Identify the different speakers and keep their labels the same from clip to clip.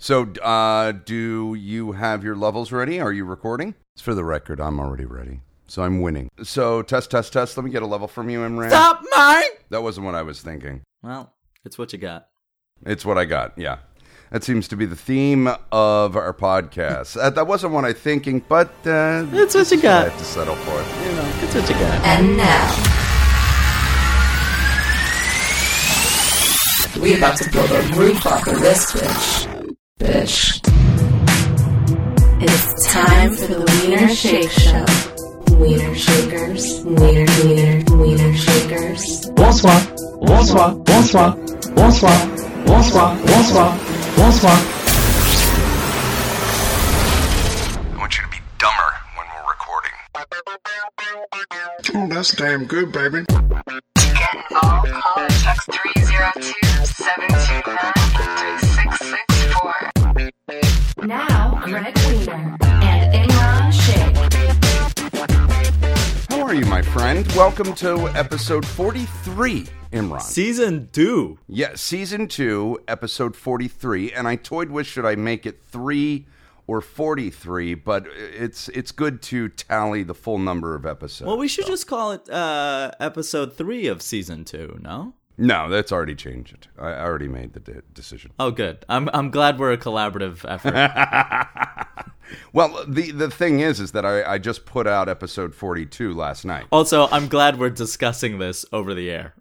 Speaker 1: So, uh, do you have your levels ready? Are you recording? It's for the record. I'm already ready. So I'm winning. So test, test, test. Let me get a level from you, Imran.
Speaker 2: Stop mine!
Speaker 1: That wasn't what I was thinking.
Speaker 2: Well, it's what you got.
Speaker 1: It's what I got. Yeah. That seems to be the theme of our podcast. Uh, that wasn't what I thinking, but uh,
Speaker 2: That's what
Speaker 1: this
Speaker 2: you
Speaker 1: is I
Speaker 2: got.
Speaker 1: have to settle for it.
Speaker 2: You know, it's what you got.
Speaker 3: And now. We about to blow the roof off of this bitch. Bitch. It's time for the Wiener Shake Show. Wiener Shakers. Wiener, Wiener, Wiener Shakers.
Speaker 4: Bonsoir, bonsoir, bonsoir, bonsoir, bonsoir, bonsoir, bonsoir.
Speaker 1: I want you to be dumber when we're recording.
Speaker 5: Oh, that's damn good, baby.
Speaker 3: Again, all callers text 302 729 3664. Now, Greg Wiener and Imran Shake.
Speaker 1: How are you, my friend? Welcome to episode 43, Imran.
Speaker 2: Season two.
Speaker 1: Yeah, season two, episode 43. And I toyed with should I make it three or 43, but it's it's good to tally the full number of episodes.
Speaker 2: Well, we should just call it uh, episode three of season two. No?
Speaker 1: no, that's already changed. I I already made the de- decision.
Speaker 2: Oh, good. I'm I'm glad we're a collaborative effort.
Speaker 1: Well, the, the thing is, is that I, I just put out episode 42 last night.
Speaker 2: also, I'm glad we're discussing this over the air.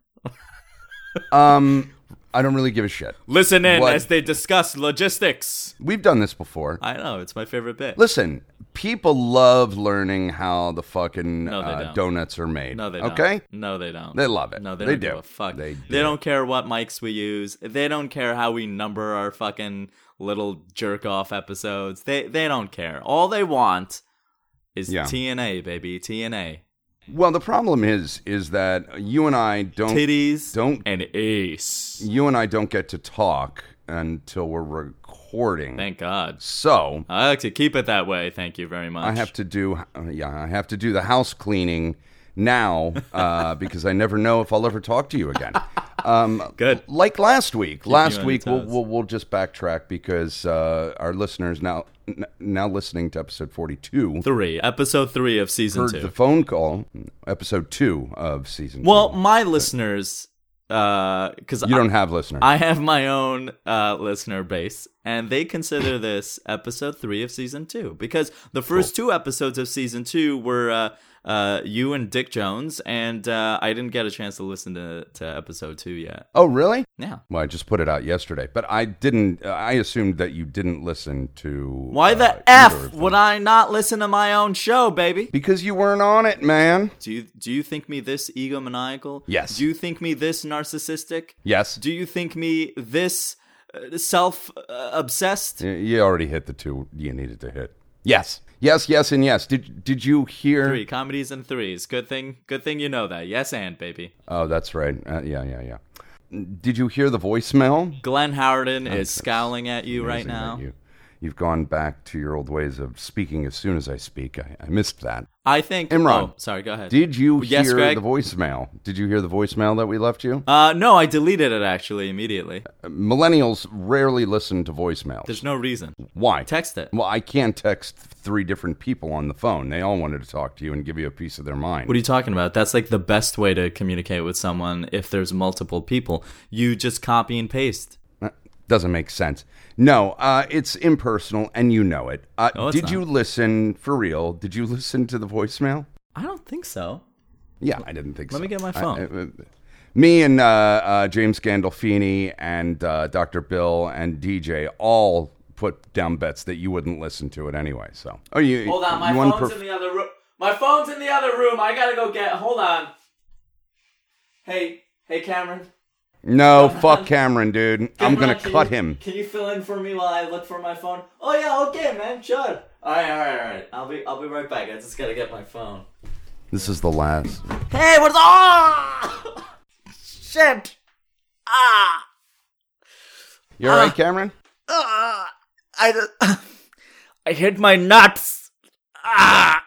Speaker 1: Um, I don't really give a shit.
Speaker 2: Listen in
Speaker 1: What?
Speaker 2: as they discuss logistics.
Speaker 1: We've done this before.
Speaker 2: I know it's my favorite bit.
Speaker 1: Listen, people love learning how the fucking
Speaker 2: No, they
Speaker 1: uh,
Speaker 2: don't.
Speaker 1: donuts are made.
Speaker 2: No, they don't.
Speaker 1: okay?
Speaker 2: No, they don't.
Speaker 1: They love it.
Speaker 2: No, they,
Speaker 1: They
Speaker 2: don't
Speaker 1: do.
Speaker 2: give a fuck.
Speaker 1: They do.
Speaker 2: They, do. not care what mics we use. They don't care how we number our fucking little jerk off episodes. They they don't care. All they want is
Speaker 1: Yeah.
Speaker 2: TNA, baby. TNA.
Speaker 1: Well, the problem is, is that you and I don't,
Speaker 2: Titties
Speaker 1: don't-
Speaker 2: and ace.
Speaker 1: you and I don't get to talk until we're recording.
Speaker 2: Thank God.
Speaker 1: so
Speaker 2: I like to keep it that way. Thank you very much.
Speaker 1: I have to do, uh, yeah, I have to do the house cleaning now uh, because I never know if I'll ever talk to you again. Um,
Speaker 2: Good.
Speaker 1: like last week.
Speaker 2: you
Speaker 1: last
Speaker 2: on
Speaker 1: week,
Speaker 2: your
Speaker 1: we'll,
Speaker 2: toes.
Speaker 1: we'll we'll just backtrack because uh, our listeners now n- now listening to episode forty two
Speaker 2: Three. Episode three of season
Speaker 1: heard
Speaker 2: two.
Speaker 1: the phone call, episode two of season.
Speaker 2: well,
Speaker 1: two.
Speaker 2: my listeners uh because
Speaker 1: you don't have listeners.
Speaker 2: I have my own uh, listener base, and they consider this episode three of season two because the first two episodes of season two were uh, uh, you and Dick Jones, and uh, I didn't get a chance to listen to, to episode two yet.
Speaker 1: oh, really?
Speaker 2: Yeah.
Speaker 1: Well, I just put it out yesterday, but I didn't. I assumed that you didn't listen to. uh,
Speaker 2: Why
Speaker 1: either
Speaker 2: the F
Speaker 1: of
Speaker 2: would
Speaker 1: them.
Speaker 2: I not listen to my own show, baby?
Speaker 1: Because you weren't on it, man.
Speaker 2: Do you, do you think me this egomaniacal?
Speaker 1: Yes.
Speaker 2: Do you think me this narcissistic?
Speaker 1: Yes.
Speaker 2: Do you think me this uh, self obsessed?
Speaker 1: Y- you already hit the two you needed to hit. Yes. Yes, yes, and yes. Did did you hear?
Speaker 2: Three comedies and threes. Good thing, good thing you know that. Yes, and baby.
Speaker 1: Oh, that's right. Uh, yeah, yeah, yeah. Did you hear the voicemail?
Speaker 2: Glenn Howerton is scowling at you right
Speaker 1: amazing that
Speaker 2: now.
Speaker 1: You, you've gone back to your old ways of speaking as soon as I speak. I, I missed that.
Speaker 2: I think.
Speaker 1: Imran,
Speaker 2: oh, sorry. Go ahead.
Speaker 1: Did you
Speaker 2: Yes,
Speaker 1: hear
Speaker 2: Greg?
Speaker 1: the voicemail? Did you hear the voicemail that we left you?
Speaker 2: uh, no, I deleted it actually immediately.
Speaker 1: Millennials rarely listen to voicemails.
Speaker 2: Uh, There's no reason.
Speaker 1: Why?
Speaker 2: Text it.
Speaker 1: Well, I can't text three different people on the phone. They all wanted to talk to you and give you a piece of their mind.
Speaker 2: What are you talking about? That's like the best way to communicate with someone if there's multiple people. You just copy and paste.
Speaker 1: Uh, Doesn't make sense. No, uh, it's impersonal, and you know it. Uh,
Speaker 2: No, it's
Speaker 1: did
Speaker 2: not.
Speaker 1: you listen for real? Did you listen to the voicemail?
Speaker 2: I don't think so.
Speaker 1: Yeah, I didn't think
Speaker 2: Let
Speaker 1: so.
Speaker 2: me get my
Speaker 1: I-
Speaker 2: phone.
Speaker 1: I- me and uh, uh, James Gandolfini and uh, Dr. Bill and DJ all put down bets that you wouldn't listen to it anyway. So, oh, you you unperf-
Speaker 2: the other room. My phone's in the other room. I gotta go get. Hold on. Hey, hey, Cameron.
Speaker 1: No, fuck Cameron, dude. I'm
Speaker 2: Come
Speaker 1: gonna
Speaker 2: on, can
Speaker 1: cut
Speaker 2: you-
Speaker 1: him.
Speaker 2: Can you fill in for me while I look for my phone? Oh yeah, okay, man, sure. All right, all right, all right. I'll be, I'll be right back. I just gotta get my phone.
Speaker 1: This is the last.
Speaker 2: Hey, what's ah? Shit. Ah.
Speaker 1: You alright, Cameron?
Speaker 2: Ah. I, just- I hit my nuts. Ah.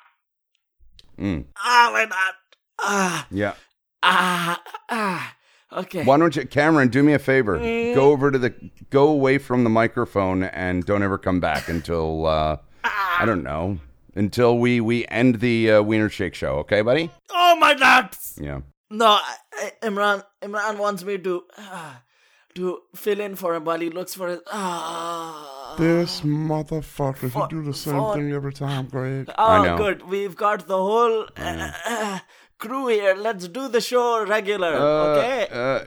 Speaker 1: Mm.
Speaker 2: Ah, my nut. Ah.
Speaker 1: Yeah.
Speaker 2: Ah. Ah. Okay.
Speaker 1: Why don't you, Cameron? Do me a favor.
Speaker 2: Mm.
Speaker 1: Go over to the. Go away from the microphone and don't ever come back until. Uh, I don't know. Until we we end the uh, Wiener Shake show. Okay, buddy.
Speaker 2: Oh my nuts.
Speaker 1: Yeah.
Speaker 2: No, I, I, Imran. Imran wants me to ah, to fill in for him while he looks for his. Ah.
Speaker 5: This motherfucker,
Speaker 2: Fuck,
Speaker 5: you do the same
Speaker 2: fuck.
Speaker 5: thing every time, Greg.
Speaker 1: I
Speaker 2: Oh,
Speaker 1: know.
Speaker 2: good. We've got the whole uh, uh, crew here. Let's do the show regular, okay?
Speaker 1: Uh, uh,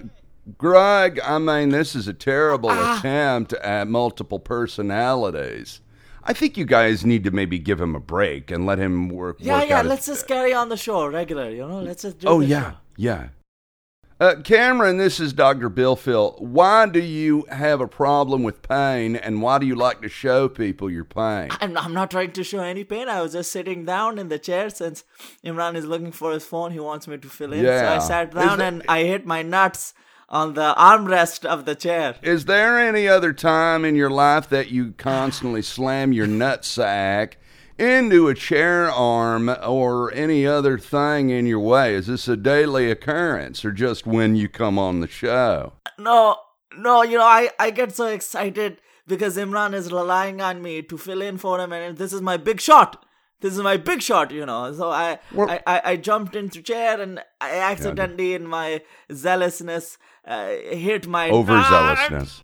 Speaker 1: Greg, I mean, this is a terrible
Speaker 2: Ah.
Speaker 1: attempt at multiple personalities. I think you guys need to maybe give him a break and let him work.
Speaker 2: yeah,
Speaker 1: work
Speaker 2: yeah.
Speaker 1: out his-
Speaker 2: Let's just carry on the show regular. You know, let's just do.
Speaker 1: Oh
Speaker 2: the
Speaker 1: yeah,
Speaker 2: show.
Speaker 1: yeah. Uh, Cameron, this is Doctor Bill Phil. Why do you have a problem with pain, and why do you like to show people your pain?
Speaker 2: I'm, I'm not trying to show any pain. I was just sitting down in the chair since Imran is looking for his phone. He wants me to fill in. So I
Speaker 1: Yeah.
Speaker 2: sat
Speaker 1: Is
Speaker 2: down
Speaker 1: that-
Speaker 2: and I hit my nuts on the armrest of the chair.
Speaker 1: Is there any other time in your life that you constantly slam your nutsack into a chair arm or any other thing in your way? Is this a daily occurrence or just when you come on the show?
Speaker 2: No, no, you know, I, I get so excited because Imran is relying on me to fill in for him, and this is my big shot. This is my big shot, you know. So I,
Speaker 1: Well-
Speaker 2: I, I, I jumped into chair and I accidentally, in my zealousness, uh, hit my
Speaker 1: Overzealousness.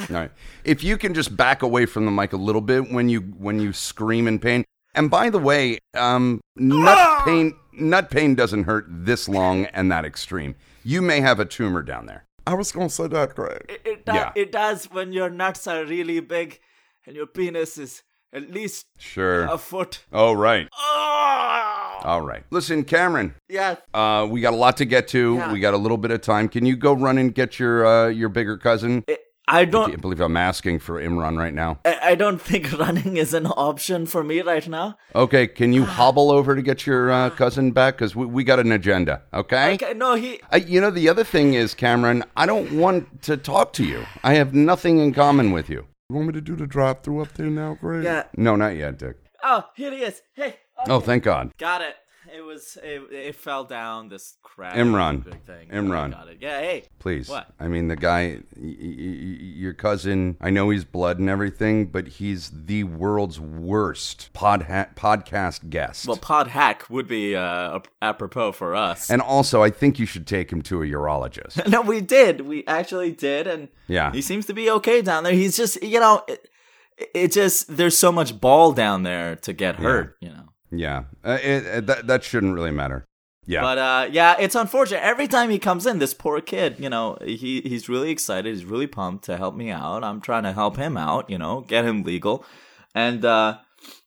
Speaker 1: All right. If you can just back away from the mic a little bit when you when you scream in pain. And by the way, um, nut pain nut pain doesn't hurt this long and that extreme. You may have a tumor down there.
Speaker 5: I was gonna say that, Greg.
Speaker 2: It, it, do-
Speaker 1: Yeah.
Speaker 2: it does when your nuts are really big and your penis is at least
Speaker 1: Sure.
Speaker 2: a foot.
Speaker 1: Oh right.
Speaker 2: Oh!
Speaker 1: All right. Listen, Cameron,
Speaker 2: Yes.
Speaker 1: uh, we got a lot to get to.
Speaker 2: Yeah.
Speaker 1: We got a little bit of time. Can you go run and get your uh, your bigger cousin?
Speaker 2: I- I
Speaker 1: I
Speaker 2: don't.
Speaker 1: can't believe I'm asking for Imran right now.
Speaker 2: I I don't think running is an option for me right now.
Speaker 1: Okay, can you hobble over to get your uh, cousin back? Because we, we got an agenda, okay?
Speaker 2: Okay, no, he.
Speaker 1: Uh, you know, the other thing is, Cameron, I don't want to talk to you. I have nothing in common with you.
Speaker 5: You want me to do the drive through up there now, Greg?
Speaker 2: Yeah.
Speaker 1: No, not yet, Dick.
Speaker 2: Oh, here he is. Hey. Oh,
Speaker 1: Oh, thank God.
Speaker 2: got it. It was. It, it fell down this crap.
Speaker 1: Imran.
Speaker 2: big Thing.
Speaker 1: Imran.
Speaker 2: Got it. Yeah. Hey.
Speaker 1: Please.
Speaker 2: What?
Speaker 1: I mean, the guy, y- y- y- your cousin, I know he's blood and everything, but he's the world's worst pod podcast guest.
Speaker 2: Well, pod hack would be uh, apropos for us.
Speaker 1: and also, I think you should take him to a urologist.
Speaker 2: no, we did. We actually did, and
Speaker 1: Yeah.
Speaker 2: he seems to be okay down there. He's just, you know, it, it just there's so much ball down there to get hurt, you know.
Speaker 1: yeah. Uh, it, uh, that, that shouldn't really matter. Yeah.
Speaker 2: But uh, yeah, it's unfortunate. Every time he comes in, this poor kid, you know, he he's really excited. He's really pumped to help me out. I'm trying to help him out, you know, get him legal, and uh,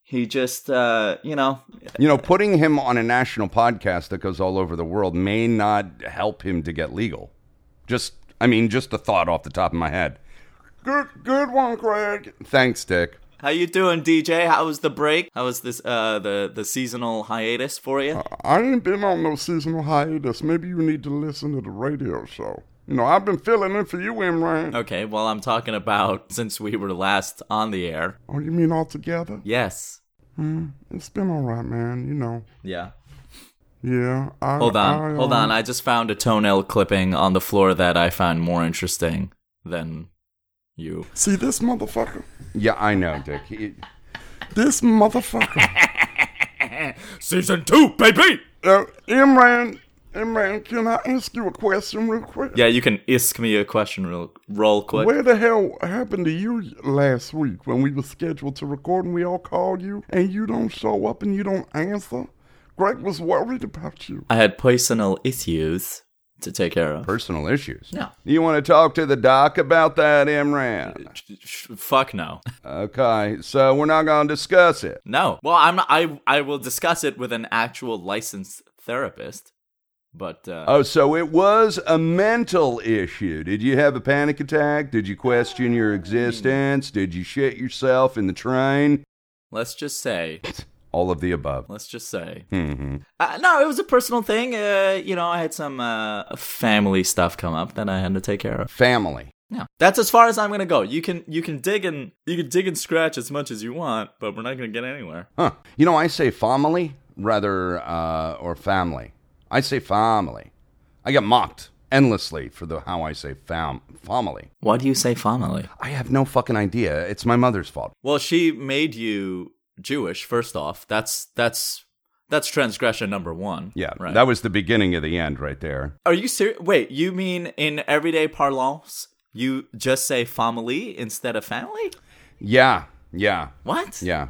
Speaker 2: he just, uh, you know,
Speaker 1: you know, putting him on a national podcast that goes all over the world may not help him to get legal. Just, I mean, just a thought off the top of my head.
Speaker 5: Good, good one, Greg.
Speaker 1: Thanks, Dick.
Speaker 2: how you doing, DJ? How was the break? How was this uh, the the seasonal hiatus for you?
Speaker 5: I ain't been on no seasonal hiatus. Maybe you need to listen to the radio show. You know, I've been filling in for you, Imran.
Speaker 2: Okay, well, I'm talking about since we were last on the air.
Speaker 5: Oh, you mean all together?
Speaker 2: Yes.
Speaker 5: It's been all right, man. You know.
Speaker 2: Yeah.
Speaker 5: Yeah. I,
Speaker 2: Hold on.
Speaker 5: I,
Speaker 2: Hold on.
Speaker 5: um,
Speaker 2: I just found a toenail clipping on the floor that I found more interesting than you.
Speaker 5: See this motherfucker.
Speaker 1: Yeah, I know, Dick. He-
Speaker 5: This motherfucker.
Speaker 2: Season 2, baby!
Speaker 5: uh, Imran. Imran, can I ask you a question real quick?
Speaker 2: Yeah, you can isk me a question real roll quick.
Speaker 5: Where the hell happened to you last week when we were scheduled to record and we all called you and you don't show up and you don't answer? Greg was worried about you.
Speaker 2: I had personal issues to take care of.
Speaker 1: personal issues.
Speaker 2: No.
Speaker 1: You want to talk to the doc about that, Imran?
Speaker 2: Sh- Fuck no.
Speaker 1: Okay, so we're not going to discuss it.
Speaker 2: No. Well, I'm I I will discuss it with an actual licensed therapist. But uh,
Speaker 1: Oh, so it was a mental issue. Did you have a panic attack? Did you question your existence? Did you shit yourself in the train?
Speaker 2: let's just say,
Speaker 1: All of the above.
Speaker 2: let's just say,
Speaker 1: hmm
Speaker 2: uh, no, it was a personal thing. Uh, you know, I had some uh, family stuff come up that I had to take care of.
Speaker 1: Family.
Speaker 2: No, that's as far as I'm gonna go. You can you can dig and you can dig and scratch as much as you want, but we're not gonna get anywhere.
Speaker 1: Huh. You know, I say family rather, uh, or family. I say family. I get mocked endlessly for the how I say fam- family.
Speaker 2: Why do you say family?
Speaker 1: I have no fucking idea. It's my mother's fault.
Speaker 2: Well, she made you Jewish. First off, that's that's that's transgression number one.
Speaker 1: Yeah,
Speaker 2: right.
Speaker 1: that was the beginning of the end right there.
Speaker 2: Are you serious? Wait, you mean in everyday parlance, you just say family instead of family?
Speaker 1: Yeah, yeah,
Speaker 2: What?
Speaker 1: yeah.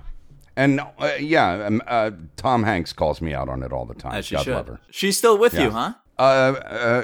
Speaker 1: And uh, yeah, um, uh, Tom Hanks calls me out on it all the time.
Speaker 2: As she
Speaker 1: God
Speaker 2: should.
Speaker 1: love her.
Speaker 2: She's still with you,
Speaker 1: Yeah.
Speaker 2: huh?
Speaker 1: Uh, uh,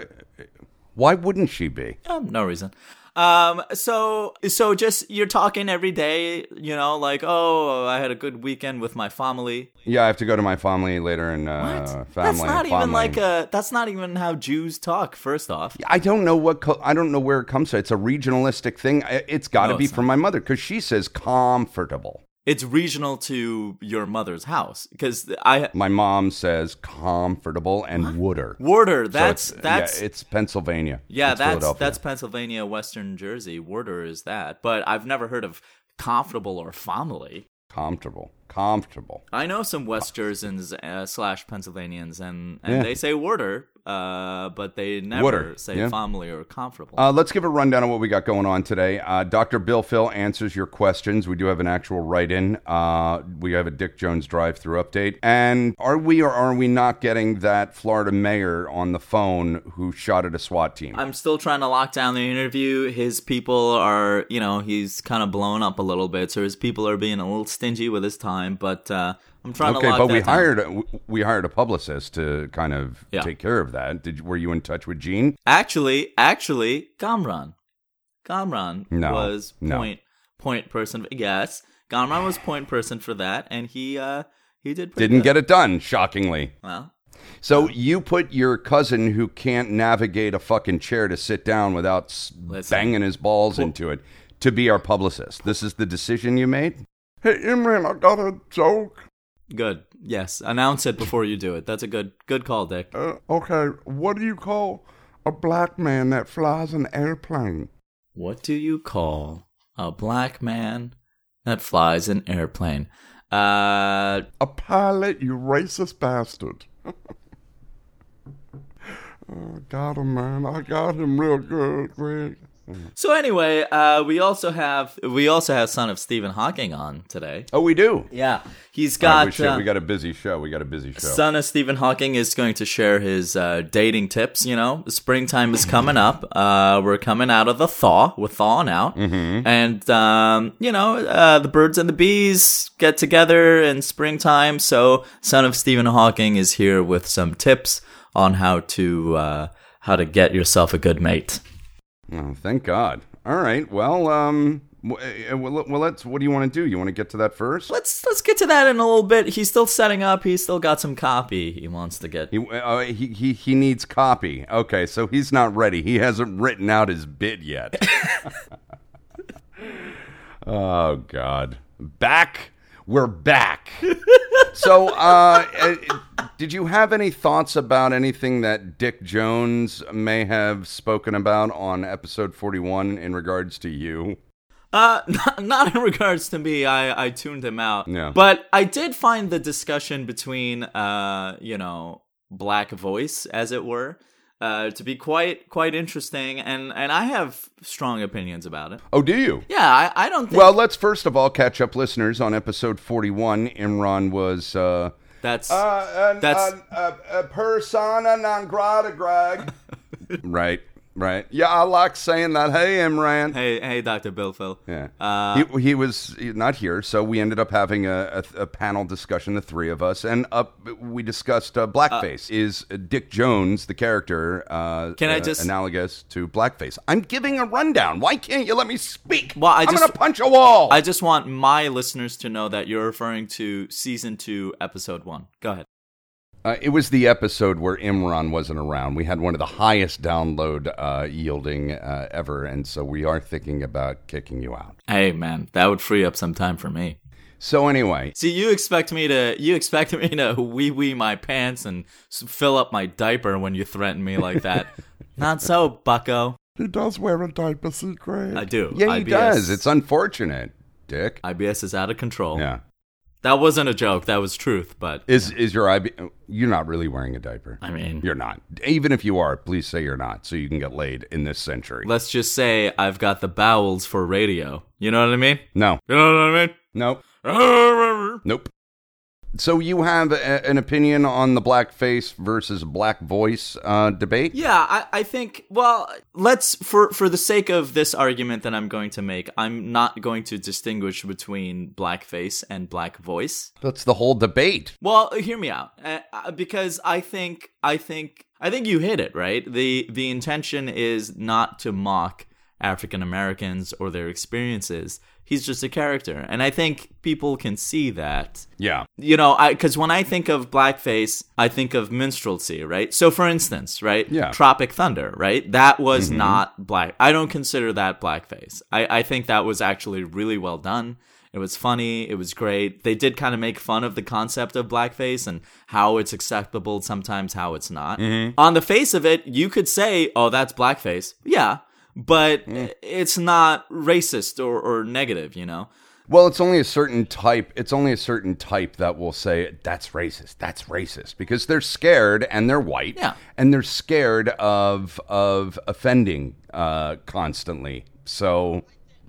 Speaker 1: why wouldn't she be?
Speaker 2: Um, no reason. Um, so, so just you're talking every day, you know, like, oh, I had a good weekend with my family.
Speaker 1: Yeah, I have to go to my family later and uh,
Speaker 2: What?
Speaker 1: family.
Speaker 2: that's not even
Speaker 1: family.
Speaker 2: like a. That's not even how Jews talk. First off,
Speaker 1: I don't know what co- I don't know where it comes from. It's a regionalistic thing. I- It's got to
Speaker 2: No,
Speaker 1: be
Speaker 2: it's
Speaker 1: from my mother because she says comfortable.
Speaker 2: it's regional to your mother's house because I
Speaker 1: My mom says comfortable and wooder.
Speaker 2: Warder.
Speaker 1: So
Speaker 2: That's
Speaker 1: it's-
Speaker 2: that's
Speaker 1: yeah, it's Pennsylvania.
Speaker 2: Yeah,
Speaker 1: It's
Speaker 2: that's
Speaker 1: Philadelphia.
Speaker 2: that's Pennsylvania, Western Jersey. Warder is that, but I've never heard of comfortable or family.
Speaker 1: comfortable, comfortable.
Speaker 2: I know some West Jerseyans uh, slash Pennsylvanians, and, and
Speaker 1: Yeah.
Speaker 2: they say warder, uh, but they never
Speaker 1: Warder,
Speaker 2: say
Speaker 1: yeah.
Speaker 2: family or comfortable.
Speaker 1: Uh, let's give a rundown of what we got going on today. Uh, Dr. Bill Phil answers your questions. We do have an actual write in. Uh, we have a Dick Jones drive through update. And are we or are we not getting that Florida mayor on the phone who shot at a SWAT team?
Speaker 2: I'm still trying to lock down the interview. His people are, you know, he's kind of blown up a little bit, so his people are being a little stingy with his time. But uh, I'm trying to
Speaker 1: okay,
Speaker 2: lock
Speaker 1: but
Speaker 2: that
Speaker 1: we
Speaker 2: down.
Speaker 1: hired a, we hired a publicist to kind of
Speaker 2: Yeah.
Speaker 1: take care of that. Did you- were you in touch with Gene?
Speaker 2: Actually, actually, Gamron. Gamron
Speaker 1: No,
Speaker 2: was
Speaker 1: no.
Speaker 2: point point person. Yes, Gamron was point person for that, and he uh he did pretty
Speaker 1: Didn't
Speaker 2: good.
Speaker 1: get it done, shockingly.
Speaker 2: well.
Speaker 1: So you put your cousin who can't navigate a fucking chair to sit down without s
Speaker 2: Listen.
Speaker 1: banging his balls into it to be our publicist. This is the decision you made?
Speaker 5: Hey, Imran, I got a joke.
Speaker 2: Good. Yes, announce it before you do it. That's a good good call, Dick.
Speaker 5: Uh, okay, what do you call a black man that flies an airplane?
Speaker 2: What do you call a black man that flies an airplane? Uh,
Speaker 5: A pilot, you racist bastard. oh, got him, man. I got him real good, Greg.
Speaker 2: so anyway, uh, we also have we also have son of Stephen Hawking on today.
Speaker 1: Oh, we do.
Speaker 2: Yeah, he's
Speaker 1: All right,
Speaker 2: got
Speaker 1: we, should-
Speaker 2: uh,
Speaker 1: we got a busy show. We got a busy show.
Speaker 2: Son of Stephen Hawking is going to share his uh, dating tips. You know, springtime is coming up. Uh, we're coming out of the thaw. We're thawing out, and um, you know, uh, the birds and the bees get together in springtime. So, Son of Stephen Hawking is here with some tips on how to uh, how to get yourself a good mate.
Speaker 1: Oh, thank God. All right. Well, um, w- uh, well, well, let's. What do you want to do? You want to get to that first?
Speaker 2: Let's let's get to that in a little bit. He's still setting up. He's still got some copy he wants to get.
Speaker 1: He, uh, he he he needs copy. Okay, so he's not ready. He hasn't written out his bit yet. oh God, back. We're back. so, uh, uh, did you have any thoughts about anything that Dick Jones may have spoken about on episode forty-one in regards to you?
Speaker 2: Uh, not, not in regards to me. I, I tuned him out.
Speaker 1: Yeah.
Speaker 2: But I did find the discussion between, uh, you know, black voice, as it were, uh, to be quite quite interesting, and and I have strong opinions about it.
Speaker 1: Oh, do you?
Speaker 2: Yeah, I, I don't think
Speaker 1: Well, let's first of all catch up, listeners. On episode forty-one, Imran was. Uh,
Speaker 2: that's
Speaker 1: Uh, an,
Speaker 2: That's-
Speaker 1: an- a, a persona non grata, Greg. right, right. Yeah, I like saying that. Hey, Imran.
Speaker 2: hey hey Doctor Bill Phil.
Speaker 1: Yeah.
Speaker 2: Uh,
Speaker 1: he, he was not here, so we ended up having a, a, a panel discussion, the three of us, and up we discussed uh, blackface. Is uh, Dick Jones the character? Uh,
Speaker 2: Can I
Speaker 1: uh,
Speaker 2: just-
Speaker 1: analogous to blackface? I'm giving a rundown. Why can't you let me speak?
Speaker 2: Well, I
Speaker 1: am
Speaker 2: just-
Speaker 1: gonna punch a wall.
Speaker 2: I just want my listeners to know that you're referring to season two, episode one. Go ahead.
Speaker 1: Uh, it was the episode where Imran wasn't around. We had one of the highest download uh, yielding uh, ever, and so we are thinking about kicking you out.
Speaker 2: Hey, man, that would free up some time for me.
Speaker 1: So anyway,
Speaker 2: See, you expect me to you expect me to wee wee my pants and s- fill up my diaper when you threaten me like that. Not so, Bucko.
Speaker 5: He does wear a diaper, see, Greg.
Speaker 2: I do.
Speaker 1: yeah, he
Speaker 2: IBS
Speaker 1: does. It's unfortunate, Dick.
Speaker 2: IBS is out of control.
Speaker 1: Yeah,
Speaker 2: That wasn't a joke. That was truth. But
Speaker 1: is is your IB? You're not really wearing a diaper.
Speaker 2: I mean,
Speaker 1: You're not. Even if you are, please say you're not, so you can get laid in this century.
Speaker 2: let's just say I've got the bowels for radio. You know what I mean?
Speaker 1: no,
Speaker 2: You know what I mean?
Speaker 1: nope, nope. So you have a, an opinion on the blackface versus black voice uh, debate?
Speaker 2: Yeah, I, I think. Well, let's for for the sake of this argument that I'm going to make, I'm not going to distinguish between blackface and black voice.
Speaker 1: That's the whole debate.
Speaker 2: Well, hear me out, uh, uh, because I think I think I think you hit it right. the The intention is not to mock African Americans or their experiences. He's just a character, and I think people can see that
Speaker 1: Yeah.
Speaker 2: you know i because when i think of blackface i think of minstrelsy right so for instance right
Speaker 1: Yeah.
Speaker 2: tropic thunder right that was not black i don't consider that blackface I, I think that was actually really well done it was funny it was great they did kind of make fun of the concept of blackface and how it's acceptable sometimes how it's not on the face of it you could say oh that's blackface yeah but it's not racist or, or negative you know
Speaker 1: Well, it's only a certain type. It's only a certain type that will say that's racist. That's racist because they're scared and they're white.
Speaker 2: Yeah.
Speaker 1: And they're scared of of offending uh, constantly. So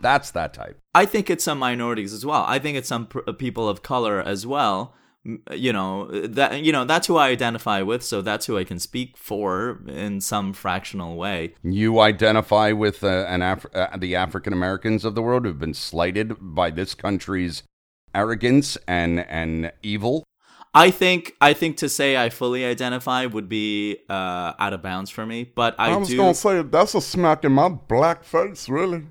Speaker 1: that's that type.
Speaker 2: I think it's some minorities as well. I think it's some pr- uh, people of color as well. M- uh, You know that you know that's who I identify with, so that's who I can speak for in some fractional way.
Speaker 1: You identify with uh, an Af- uh, the African Americans of the world who've been slighted by this country's arrogance and and evil.
Speaker 2: I think I think to say I fully identify would be uh, out of bounds for me, but I,
Speaker 5: I, was
Speaker 2: do.
Speaker 5: gonna say that's a smack in my black face, really.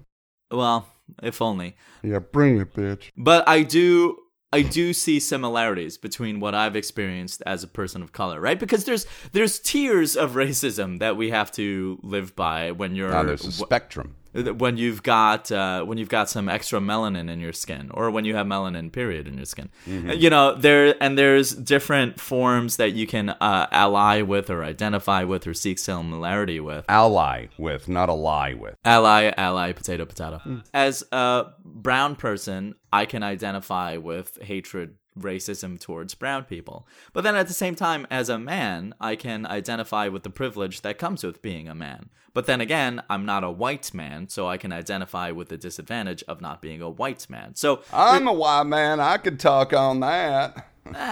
Speaker 2: well, if only.
Speaker 5: Yeah, bring it, bitch.
Speaker 2: but i do i do see similarities between what i've experienced as a person of color right because there's there's tiers of racism that we have to live by when you're
Speaker 1: Now there's a spectrum.
Speaker 2: wh- when you've got uh, when you've got some extra melanin in your skin or when you have melanin period in your skin you know there and there's different forms that you can uh, ally with or identify with or seek similarity with
Speaker 1: Ally with, not ally with.
Speaker 2: Ally, ally, potato, potato. As a brown person, I can identify with hatred, racism towards brown people. But then at the same time, as a man, I can identify with the privilege that comes with being a man. But then again, I'm not a white man, so I can identify with the disadvantage of not being a white man. So
Speaker 1: I'm a white man. I could talk on that.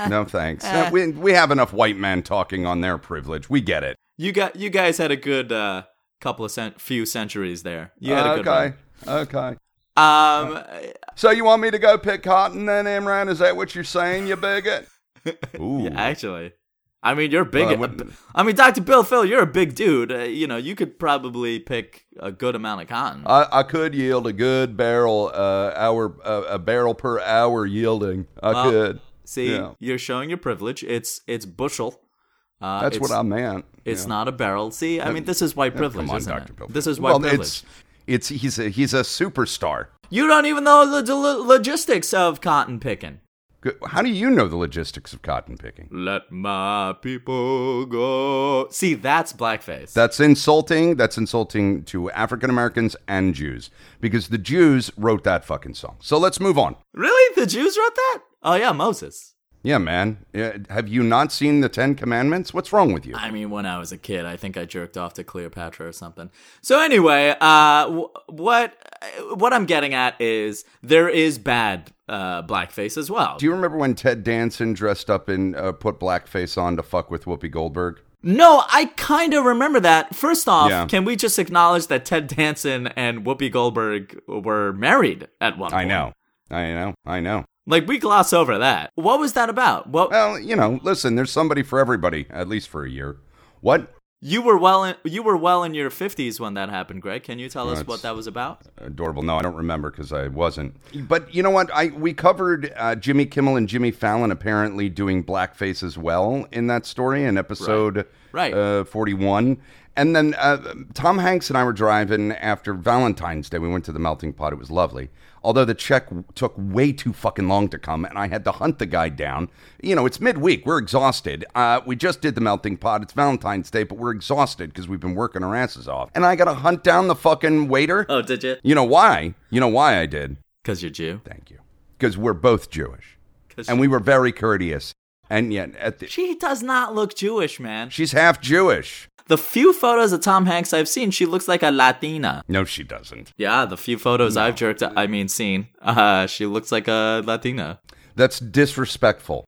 Speaker 1: no thanks. No, we, we have enough white men talking on their privilege. We get it.
Speaker 2: you got you guys had a good uh, couple of cent- few centuries there. You had
Speaker 5: Ah,
Speaker 2: a good
Speaker 1: okay. Okay.
Speaker 2: one. Um,
Speaker 1: So you want me to go pick cotton then, Imran? Is that what you're saying, you bigot? Ooh.
Speaker 2: Yeah, actually. I mean, you're big.
Speaker 1: Well, I
Speaker 2: I,
Speaker 1: wouldn't-
Speaker 2: mean, Dr. Bill Phil, you're a big dude. Uh, you know, you could probably pick a good amount of cotton.
Speaker 1: I, I could yield a good barrel uh, hour uh, a barrel per hour yielding. I
Speaker 2: Well,
Speaker 1: could.
Speaker 2: See,
Speaker 1: yeah.
Speaker 2: you're showing your privilege. It's it's bushel. Uh,
Speaker 1: That's
Speaker 2: it's-
Speaker 1: what I meant.
Speaker 2: It's
Speaker 1: Yeah.
Speaker 2: not a barrel. See, I mean, this is white privilege,
Speaker 1: Come on,
Speaker 2: isn't
Speaker 1: Doctor
Speaker 2: it?
Speaker 1: Bill.
Speaker 2: This is white
Speaker 1: well,
Speaker 2: privilege.
Speaker 1: It's, it's he's a, he's a superstar.
Speaker 2: You don't even know the lo- logistics of cotton picking.
Speaker 1: Good- How do you know the logistics of cotton picking?
Speaker 2: Let my people go. See, that's blackface.
Speaker 1: That's insulting. That's insulting to African Americans and Jews because the Jews wrote that fucking song. So let's move on.
Speaker 2: really? The Jews wrote that? Oh yeah, Moses.
Speaker 1: Yeah, man. Yeah, Have you not seen the Ten Commandments? What's wrong with you?
Speaker 2: I mean, when I was a kid, I think I jerked off to Cleopatra or something. So anyway, uh, wh- what what I'm getting at is there is bad uh, blackface as well.
Speaker 1: Do you remember when Ted Danson dressed up and uh, put blackface on to fuck with Whoopi Goldberg?
Speaker 2: no, I kind of remember that. First off,
Speaker 1: Yeah.
Speaker 2: can we just acknowledge that Ted Danson and Whoopi Goldberg were married at one
Speaker 1: I
Speaker 2: point?
Speaker 1: know. I know. I know.
Speaker 2: Like we gloss over that.
Speaker 1: Uh,
Speaker 2: What was that about? What?
Speaker 1: Well, you know, listen, there's somebody for everybody, at least for a year. What?
Speaker 2: You were well in you were well in your fifties when that happened, Greg. Can you tell us
Speaker 1: That's-
Speaker 2: what that was about?
Speaker 1: adorable. No, I don't remember because I wasn't. But you know what? I we covered uh, Jimmy Kimmel and Jimmy Fallon apparently doing blackface as well in that story in episode
Speaker 2: Right.
Speaker 1: Uh, forty one. And then uh, Tom Hanks and I were driving after Valentine's Day. We went to the melting pot. It was lovely. Although the check w- took way too fucking long to come, and I had to hunt the guy down. You know, it's midweek. We're exhausted. Uh, we just did the melting pot. It's Valentine's Day, but we're exhausted because we've been working our asses off. And I got to hunt down the fucking waiter.
Speaker 2: Oh, did you?
Speaker 1: You know why? You know why I did?
Speaker 2: Because you're Jew.
Speaker 1: Thank you. Because we're both Jewish.
Speaker 2: 'Cause
Speaker 1: And we were very courteous. And yet, at the,
Speaker 2: she does not look Jewish, man.
Speaker 1: she's half Jewish.
Speaker 2: The few photos of Tom Hanks I've seen, she looks like a Latina.
Speaker 1: No, she doesn't.
Speaker 2: Yeah, the few photos I've jerked, I mean, seen, uh, she looks like a Latina.
Speaker 1: That's disrespectful.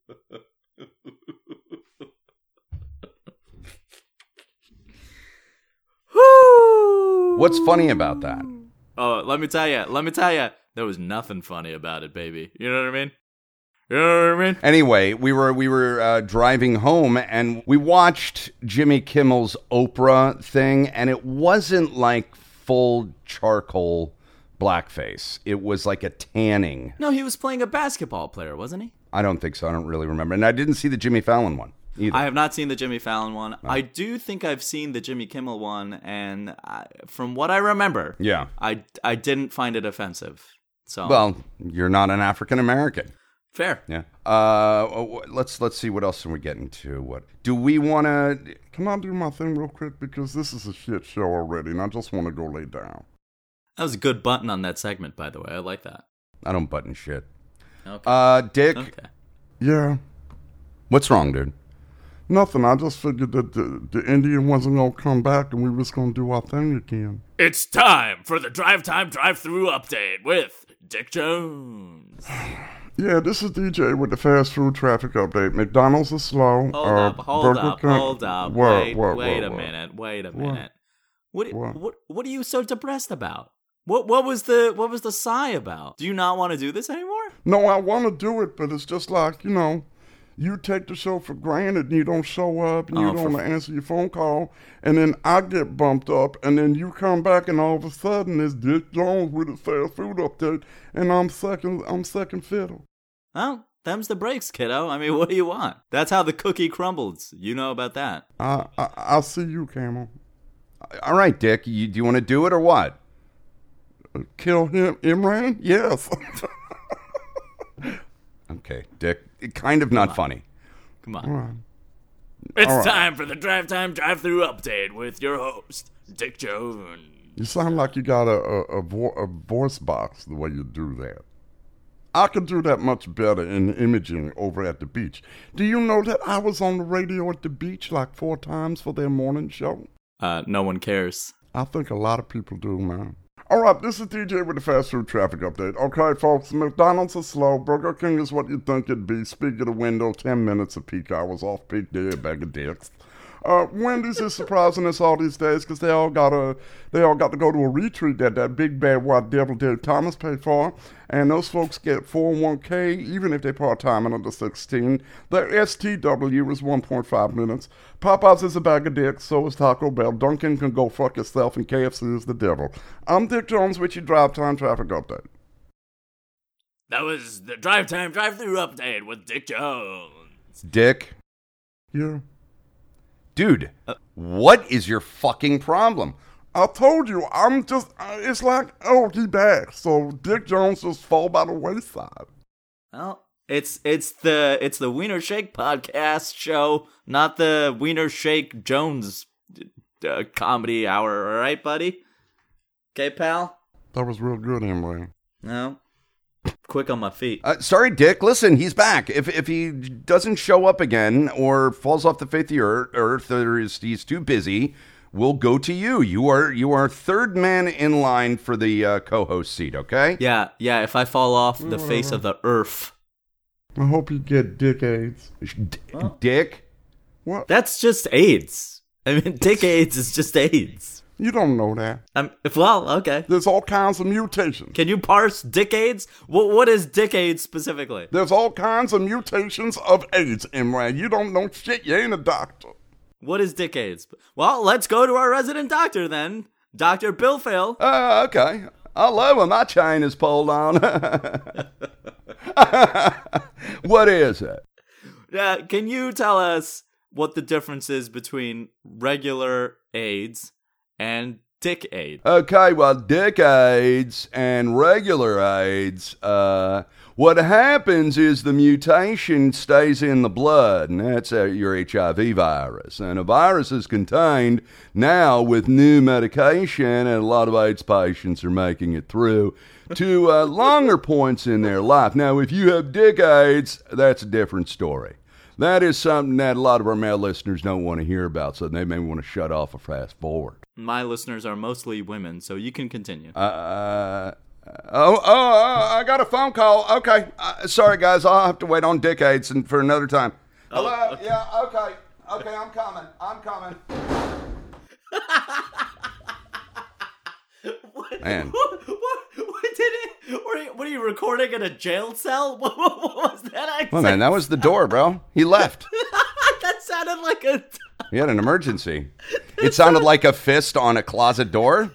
Speaker 1: What's funny about that?
Speaker 2: Oh, let me tell you, let me tell you, there was nothing funny about it, baby. You know what I mean? You know what I mean?
Speaker 1: Anyway, we were we were uh, driving home and we watched Jimmy Kimmel's Oprah thing, and it wasn't like full charcoal blackface. It was like a tanning.
Speaker 2: No, he was playing a basketball player, wasn't he?
Speaker 1: I don't think so. I don't really remember, and I didn't see the Jimmy Fallon one either.
Speaker 2: I have not seen the Jimmy Fallon one. I do think I've seen the Jimmy Kimmel one, and I, from what I remember,
Speaker 1: Yeah.
Speaker 2: I I didn't find it offensive. So
Speaker 1: Well, you're not an African American.
Speaker 2: fair.
Speaker 1: Yeah. Uh, w- let's let's see what else are we getting to. What do we want to?
Speaker 5: Can I do my thing real quick? Because this is a shit show already, and I just want to go lay down.
Speaker 2: That was a good button on that segment, by the way. I like that.
Speaker 1: I don't button shit.
Speaker 2: Okay.
Speaker 1: Uh, Dick,
Speaker 2: okay.
Speaker 5: Yeah,
Speaker 1: what's wrong, dude?
Speaker 5: nothing. I just figured that the, the Indian wasn't going to come back, and we was going to do our thing again.
Speaker 2: It's time for the drive time drive through update with Dick Jones.
Speaker 5: Yeah, this is DJ with the fast food traffic update. McDonald's is slow.
Speaker 2: Hold
Speaker 5: uh,
Speaker 2: up, hold
Speaker 5: Burger
Speaker 2: up,
Speaker 5: King-
Speaker 2: hold up.
Speaker 5: Whoa,
Speaker 2: wait,
Speaker 5: whoa,
Speaker 2: wait
Speaker 5: whoa,
Speaker 2: a
Speaker 5: whoa.
Speaker 2: minute. Wait a
Speaker 5: What?
Speaker 2: minute. What,
Speaker 5: What?
Speaker 2: what what are you so depressed about? What what was the what was the sigh about? Do you not want to do this anymore?
Speaker 5: No, I want to do it, but it's just like, you know, you take the show for granted and you don't show up and you
Speaker 2: Oh, for-
Speaker 5: don't answer your phone call. And then I get bumped up and then you come back and all of a sudden it's Dick Jones with a fast food update and I'm second, I'm second fiddle.
Speaker 2: Well, them's the breaks, kiddo. I mean, what do you want? That's how the cookie crumbles. You know about that.
Speaker 5: I, I, I see you, Camel.
Speaker 1: All right, Dick. You, do you want to do it or what?
Speaker 5: Kill him, Imran? Yes.
Speaker 1: Okay, Dick. It, kind of not funny.
Speaker 2: Come on.
Speaker 5: It's All right.
Speaker 2: time for the drive time drive through update with your host, Dick Jones.
Speaker 5: you sound like you got a, a, a, vo- a voice box the way you do that. I could do that much better in imaging over at the beach. Do you know that I was on the radio at the beach like four times for their morning show?
Speaker 2: Uh, no one cares.
Speaker 5: I think a lot of people do, man. All right, this is DJ with the fast food traffic update. Okay, folks, McDonald's is slow. Burger King is what you think it'd be. Speak of the window, 10 minutes of peak hours off peak day, bag of dicks. Uh, Wendy's is surprising us all these days because they all got a they all got to go to a retreat that that big bad white devil Dave Thomas paid for, and those folks get 401k even if they part time and under 16. Their STW is 1.5 minutes. Popeyes is a bag of dicks, so is Taco Bell. Duncan can go fuck yourself, and KFC is the devil. I'm Dick Jones with your drive time traffic update.
Speaker 2: That was the drive time drive through update with Dick Jones.
Speaker 1: Dick,
Speaker 5: Yeah.
Speaker 1: dude, what is your fucking problem?
Speaker 5: I told you, I'm just, uh, it's like, oh, he back. So Dick Jones just fall by the wayside.
Speaker 2: Well, it's it's the it's the Wiener Shake podcast show, not the Wiener Shake Jones uh, comedy hour. All right, buddy. Okay, pal.
Speaker 5: That was real good, Emily.
Speaker 2: No. Quick on my feet.
Speaker 1: Uh, sorry, Dick. Listen, he's back. If if he doesn't show up again or falls off the face of the ear- earth, or is he's too busy, we'll go to you. You are you are third man in line for the uh, co-host seat. Okay.
Speaker 2: Yeah, yeah. If I fall off the face of the earth,
Speaker 5: I hope you get dick AIDS.
Speaker 1: D- Dick.
Speaker 5: What?
Speaker 2: that's just AIDS. I mean, dick AIDS is just AIDS.
Speaker 5: You don't know that.
Speaker 2: I'm, well, okay.
Speaker 5: There's all kinds of mutations.
Speaker 2: Can you parse dick AIDS? What what is dick AIDS specifically?
Speaker 5: There's all kinds of mutations of AIDS, Imran. You don't know shit. You ain't a doctor.
Speaker 2: What is dick aids? Well, let's go to our resident doctor then. Dr. Bill Phil.
Speaker 1: Uh, okay. I love when my chain is pulled on. what is it?
Speaker 2: Uh, can you tell us what the difference is between regular AIDS and dick aid?
Speaker 1: Okay, well, decades and regular AIDS. Uh, what happens is the mutation stays in the blood, and that's uh, your HIV virus. And a virus is contained now with new medication, and a lot of AIDS patients are making it through to uh, longer points in their life. Now, if you have dick AIDS, that's a different story. That is something that a lot of our male listeners don't want to hear about, so they may want to shut off or fast forward.
Speaker 2: My listeners are mostly women, so you can continue.
Speaker 1: Uh, oh, oh, oh, I got a phone call. Okay. Uh, sorry, guys. I'll have to wait on decades and for another time. Hello? Yeah, Oh, okay. Okay, I'm coming. I'm coming.
Speaker 2: what,
Speaker 1: man.
Speaker 2: What, what, what did it? What are, you, what are you recording in a jail cell? What, what, what was that? Accent?
Speaker 1: Well, man, that was the door, bro. He left.
Speaker 2: that sounded like a.
Speaker 1: He had an emergency. It sounded like a fist on a closet door.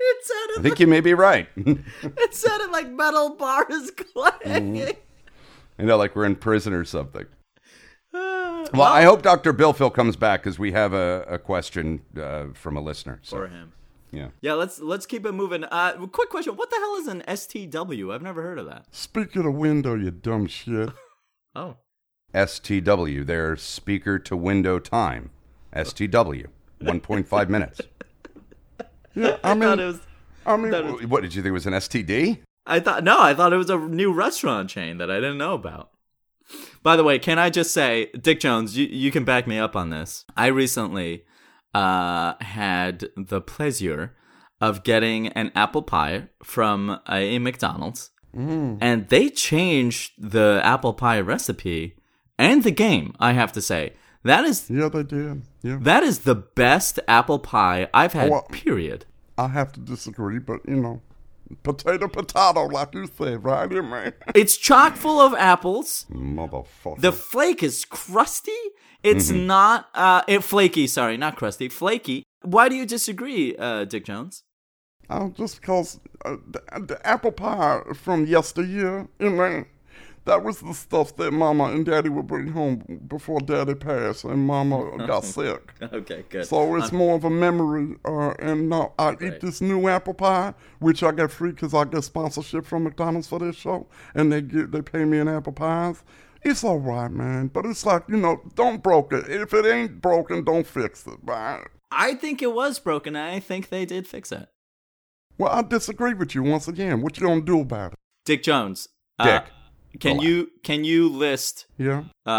Speaker 2: it
Speaker 1: I
Speaker 2: sounded.
Speaker 1: think you may be right. you
Speaker 2: It sounded like metal bars clanging.
Speaker 1: Mm-hmm. know, like we're in prison or something.
Speaker 2: Uh,
Speaker 1: Well, I hope Dr. Bill Phil comes back because we have a, a question uh, from a listener. So,
Speaker 2: for him.
Speaker 1: yeah.
Speaker 2: Yeah, let's let's keep it moving. Uh, quick question: What the hell is an STW? I've never heard of that.
Speaker 5: Speak of the window, you dumb shit.
Speaker 2: Oh,
Speaker 1: STW, their speaker to window time. STW, 1.5 minutes.
Speaker 5: Yeah, I
Speaker 2: I thought
Speaker 5: mean,
Speaker 2: it was.
Speaker 5: I mean,
Speaker 2: that
Speaker 1: Wh- What did you think it was an STD?
Speaker 2: I thought no, I thought it was a new restaurant chain that I didn't know about. By the way, can I just say, Dick Jones, you, you can back me up on this. I recently uh, had the pleasure of getting an apple pie from a McDonald's, and they changed the apple pie recipe and the game. I have to say that is
Speaker 5: yeah, they did. Yeah,
Speaker 2: that is the best apple pie I've had.
Speaker 5: Well-
Speaker 2: period.
Speaker 5: I have to disagree, but you know, potato, potato, like you said, right here, man.
Speaker 2: It's chock full of apples.
Speaker 5: Motherfucker.
Speaker 2: The flake is crusty. It's not uh it flaky, sorry, not crusty, flaky. Why do you disagree, uh Dick Jones?
Speaker 5: Oh, just because uh, the, the apple pie from yesteryear, you know, that was the stuff that Mama and Daddy would bring home before Daddy passed and Mama got sick.
Speaker 2: Okay, good.
Speaker 5: So it's more of a memory, uh, and no, I eat this new apple pie, which I get free because I get sponsorship from McDonald's for this show, and they get they pay me in apple pies. It's all right, man, but it's like you know, don't broke it. If it ain't broken, don't fix it, right?
Speaker 2: I think it was broken. I think they did fix it.
Speaker 5: Well, I disagree with you once again. What you gonna do about it?
Speaker 2: Dick Jones.
Speaker 1: Dick.
Speaker 2: Uh, can you can you list
Speaker 5: Yeah.
Speaker 2: uh,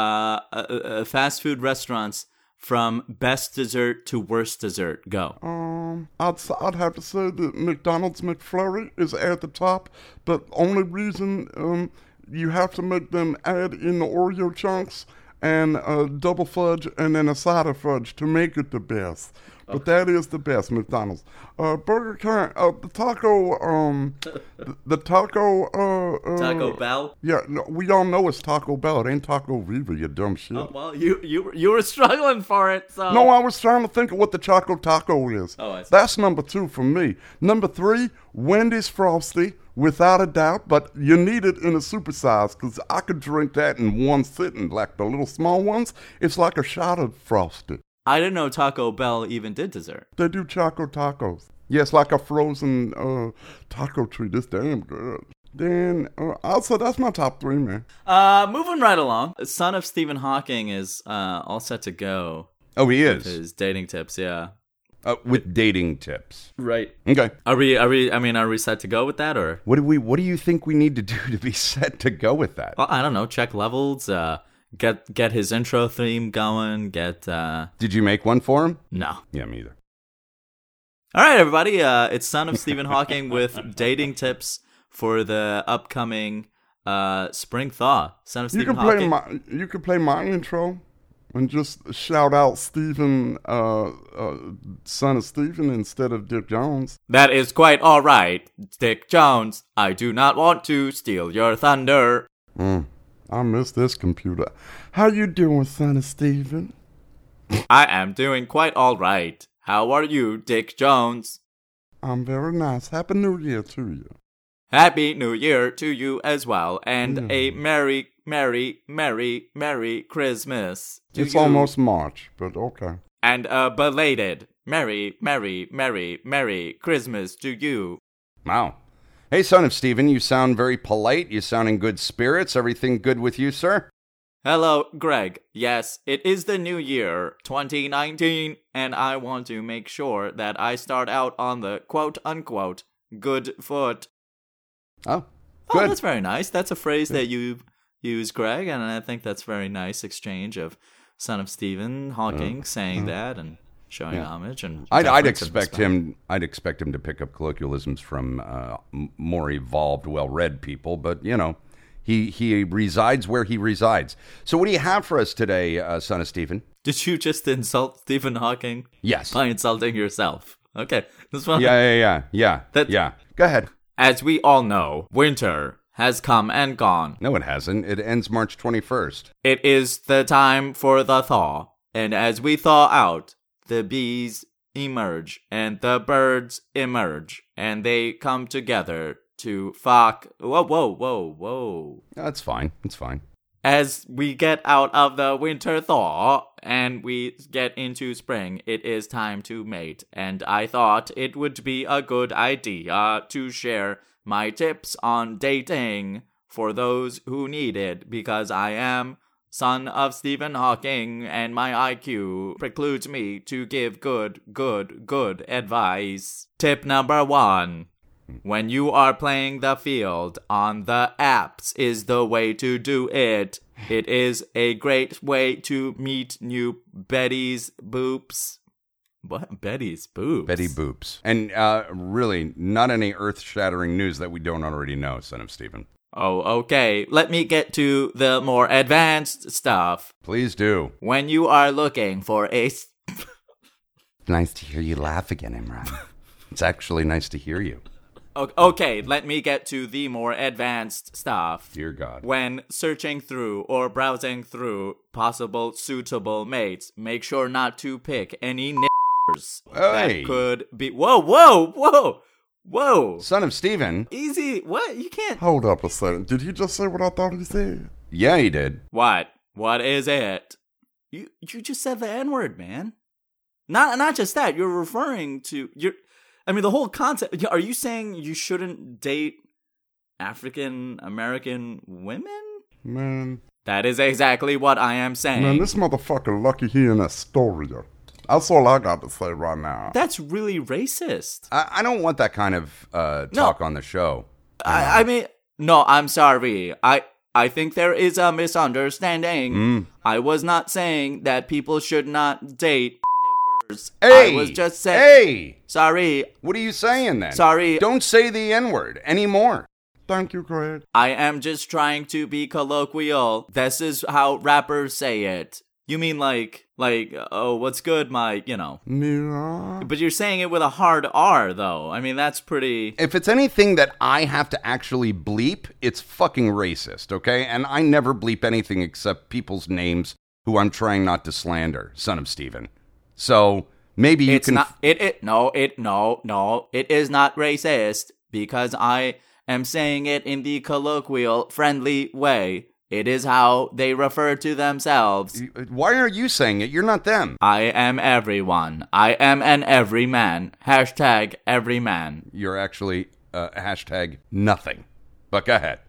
Speaker 2: uh, uh fast food restaurants from best dessert to worst dessert? Go.
Speaker 5: Um, I'd, s- I'd have to say that McDonald's McFlurry is at the top, but only reason um, you have to make them add in the Oreo chunks and a double fudge and then a side of fudge to make it the best. But that is the best McDonald's. Uh, Burger King, uh, the taco, um, the, the taco, uh, uh,
Speaker 2: Taco Bell.
Speaker 5: Yeah, no, we all know it's Taco Bell. It ain't Taco Viva, you dumb shit.
Speaker 2: Oh, well, you you were- you were struggling for it, so
Speaker 5: No, I was trying to think of what the Choco Taco is.
Speaker 2: Oh, I see.
Speaker 5: That's number two for me. Number three, Wendy's Frosty, without a doubt, but you need it in a supersize because I could drink that in one sitting. Like the little small ones, it's like a shot of Frosty.
Speaker 2: I didn't know Taco Bell even did dessert.
Speaker 5: They do Choco Tacos. Yes, like a frozen uh, taco treat. It's damn good. Then, uh, also, that's my top three, man.
Speaker 2: Uh, moving right along. Son of Stephen Hawking is uh, all set to go.
Speaker 1: Oh, he is.
Speaker 2: His dating tips, yeah.
Speaker 1: Uh, with dating tips.
Speaker 2: Right.
Speaker 1: Okay.
Speaker 2: Are we? Are we? I mean, are we set to go with that, or
Speaker 1: What do we? What do you think we need to do to be set to go with that?
Speaker 2: well, I don't know. Check levels. Uh, get get his intro theme going. Get uh,
Speaker 1: Did you make one for him?
Speaker 2: no.
Speaker 1: Yeah, me either.
Speaker 2: All right, everybody. Uh, it's Son of Stephen Hawking with dating tips for the upcoming uh spring thaw. Son of
Speaker 5: You
Speaker 2: Stephen
Speaker 5: can play
Speaker 2: Hawking.
Speaker 5: my you can play my intro and just shout out Stephen, uh, uh, son of Stephen, instead of Dick Jones.
Speaker 2: that is quite all right, Dick Jones. I do not want to steal your thunder.
Speaker 5: I miss this computer. How you doing, son of Stephen?
Speaker 2: I am doing quite all right. How are you, Dick Jones?
Speaker 5: I'm very nice. Happy New Year to you.
Speaker 2: Happy New Year to you as well, and a
Speaker 5: Hmm.
Speaker 2: merry, merry, merry, merry Christmas. to
Speaker 5: It's
Speaker 2: you.
Speaker 5: almost March, but okay.
Speaker 2: and a belated merry, merry, merry, merry Christmas to you.
Speaker 1: Wow. Hey, son of Stephen, you sound very polite. You sound in good spirits. Everything good with you, sir?
Speaker 2: Hello, Greg. Yes, it is the new year, 2019, and I want to make sure that I start out on the quote unquote good foot.
Speaker 1: Oh,
Speaker 2: Oh,
Speaker 1: good.
Speaker 2: that's very nice. That's a phrase that you use, Greg, and I think that's very nice exchange of son of Stephen Hawking saying that and showing
Speaker 1: Uh-huh. Yeah.
Speaker 2: homage. And
Speaker 1: I'd, I'd
Speaker 2: deference and
Speaker 1: expect
Speaker 2: respect.
Speaker 1: him. I'd expect him to pick up colloquialisms from uh, m- more evolved, well-read people. But you know, he he resides where he resides. So, what do you have for us today, uh, son of Stephen?
Speaker 2: Did you just insult Stephen Hawking
Speaker 1: Yes.
Speaker 2: by insulting yourself? Okay, this one.
Speaker 1: Yeah, yeah, yeah, yeah,
Speaker 2: That's-
Speaker 1: yeah. Go ahead.
Speaker 2: As we all know, winter has come and gone.
Speaker 1: No, it hasn't. It ends March twenty-first.
Speaker 2: It is the time for the thaw, and as we thaw out, the bees emerge and the birds emerge, and they come together to fuck. Whoa, whoa, whoa, whoa.
Speaker 1: That's fine. It's fine.
Speaker 2: As we get out of the winter thaw and we get into spring, it is time to mate. And I thought it would be a good idea to share my tips on dating for those who need it because I am son of Stephen Hawking and my IQ precludes me to give good, good, good advice. Tip number one. When you are playing the field on the apps is the way to do it. It is a great way to meet new Betty's boops. What Betty's boobs?
Speaker 1: Betty Boops. And uh, really, not any earth-shattering news that we don't already know, son of Stephen.
Speaker 2: Oh, okay. Let me get to the more advanced stuff.
Speaker 1: Please do.
Speaker 2: When you are looking for a s-
Speaker 1: Nice to hear you laugh again, Imran. it's actually nice to hear you.
Speaker 2: O- Okay, let me get to the more advanced stuff.
Speaker 1: Dear God.
Speaker 2: When searching through or browsing through possible suitable mates, make sure not to pick any niggers
Speaker 1: Hey.
Speaker 2: that could be. Whoa, whoa, whoa, whoa!
Speaker 1: Son of Stephen.
Speaker 2: Easy. What? You can't.
Speaker 5: Hold up a second. Did he just say what I thought he said?
Speaker 1: Yeah, he did.
Speaker 2: What? What is it? You you just said the n word, man. Not not just that. You're referring to you're. I mean, the whole concept. Are you saying you shouldn't date African American women?
Speaker 5: Man,
Speaker 2: That is exactly what I am saying.
Speaker 5: man, this motherfucker lucky he in Astoria. That's all I got to say right now.
Speaker 2: That's really racist.
Speaker 1: I, I don't want that kind of uh,
Speaker 2: No.
Speaker 1: talk on the show.
Speaker 2: I, I mean, no, I'm sorry. I I think there is a misunderstanding.
Speaker 1: Hmm.
Speaker 2: I was not saying that people should not date. nippers.
Speaker 1: Hey!
Speaker 2: I was just saying.
Speaker 1: Hey!
Speaker 2: Sorry,
Speaker 1: What are you saying then?
Speaker 2: Sorry.
Speaker 1: Don't say the N word anymore.
Speaker 5: Thank you, Greg.
Speaker 2: I am just trying to be colloquial. This is how rappers say it. You mean like like oh, what's good, my you know.
Speaker 5: Neon.
Speaker 2: But you're saying it with a hard R though. I mean, that's pretty.
Speaker 1: If it's anything that I have to actually bleep, it's fucking racist, okay? And I never bleep anything except people's names who I'm trying not to slander, son of Stephen. So maybe you
Speaker 2: it's
Speaker 1: can.
Speaker 2: not it, it no it no no it is not racist because i am saying it in the colloquial friendly way it is how they refer to themselves
Speaker 1: Why are you saying it? You're not them.
Speaker 2: i am everyone i am an everyman hashtag everyman
Speaker 1: You're actually uh, hashtag nothing. But go ahead.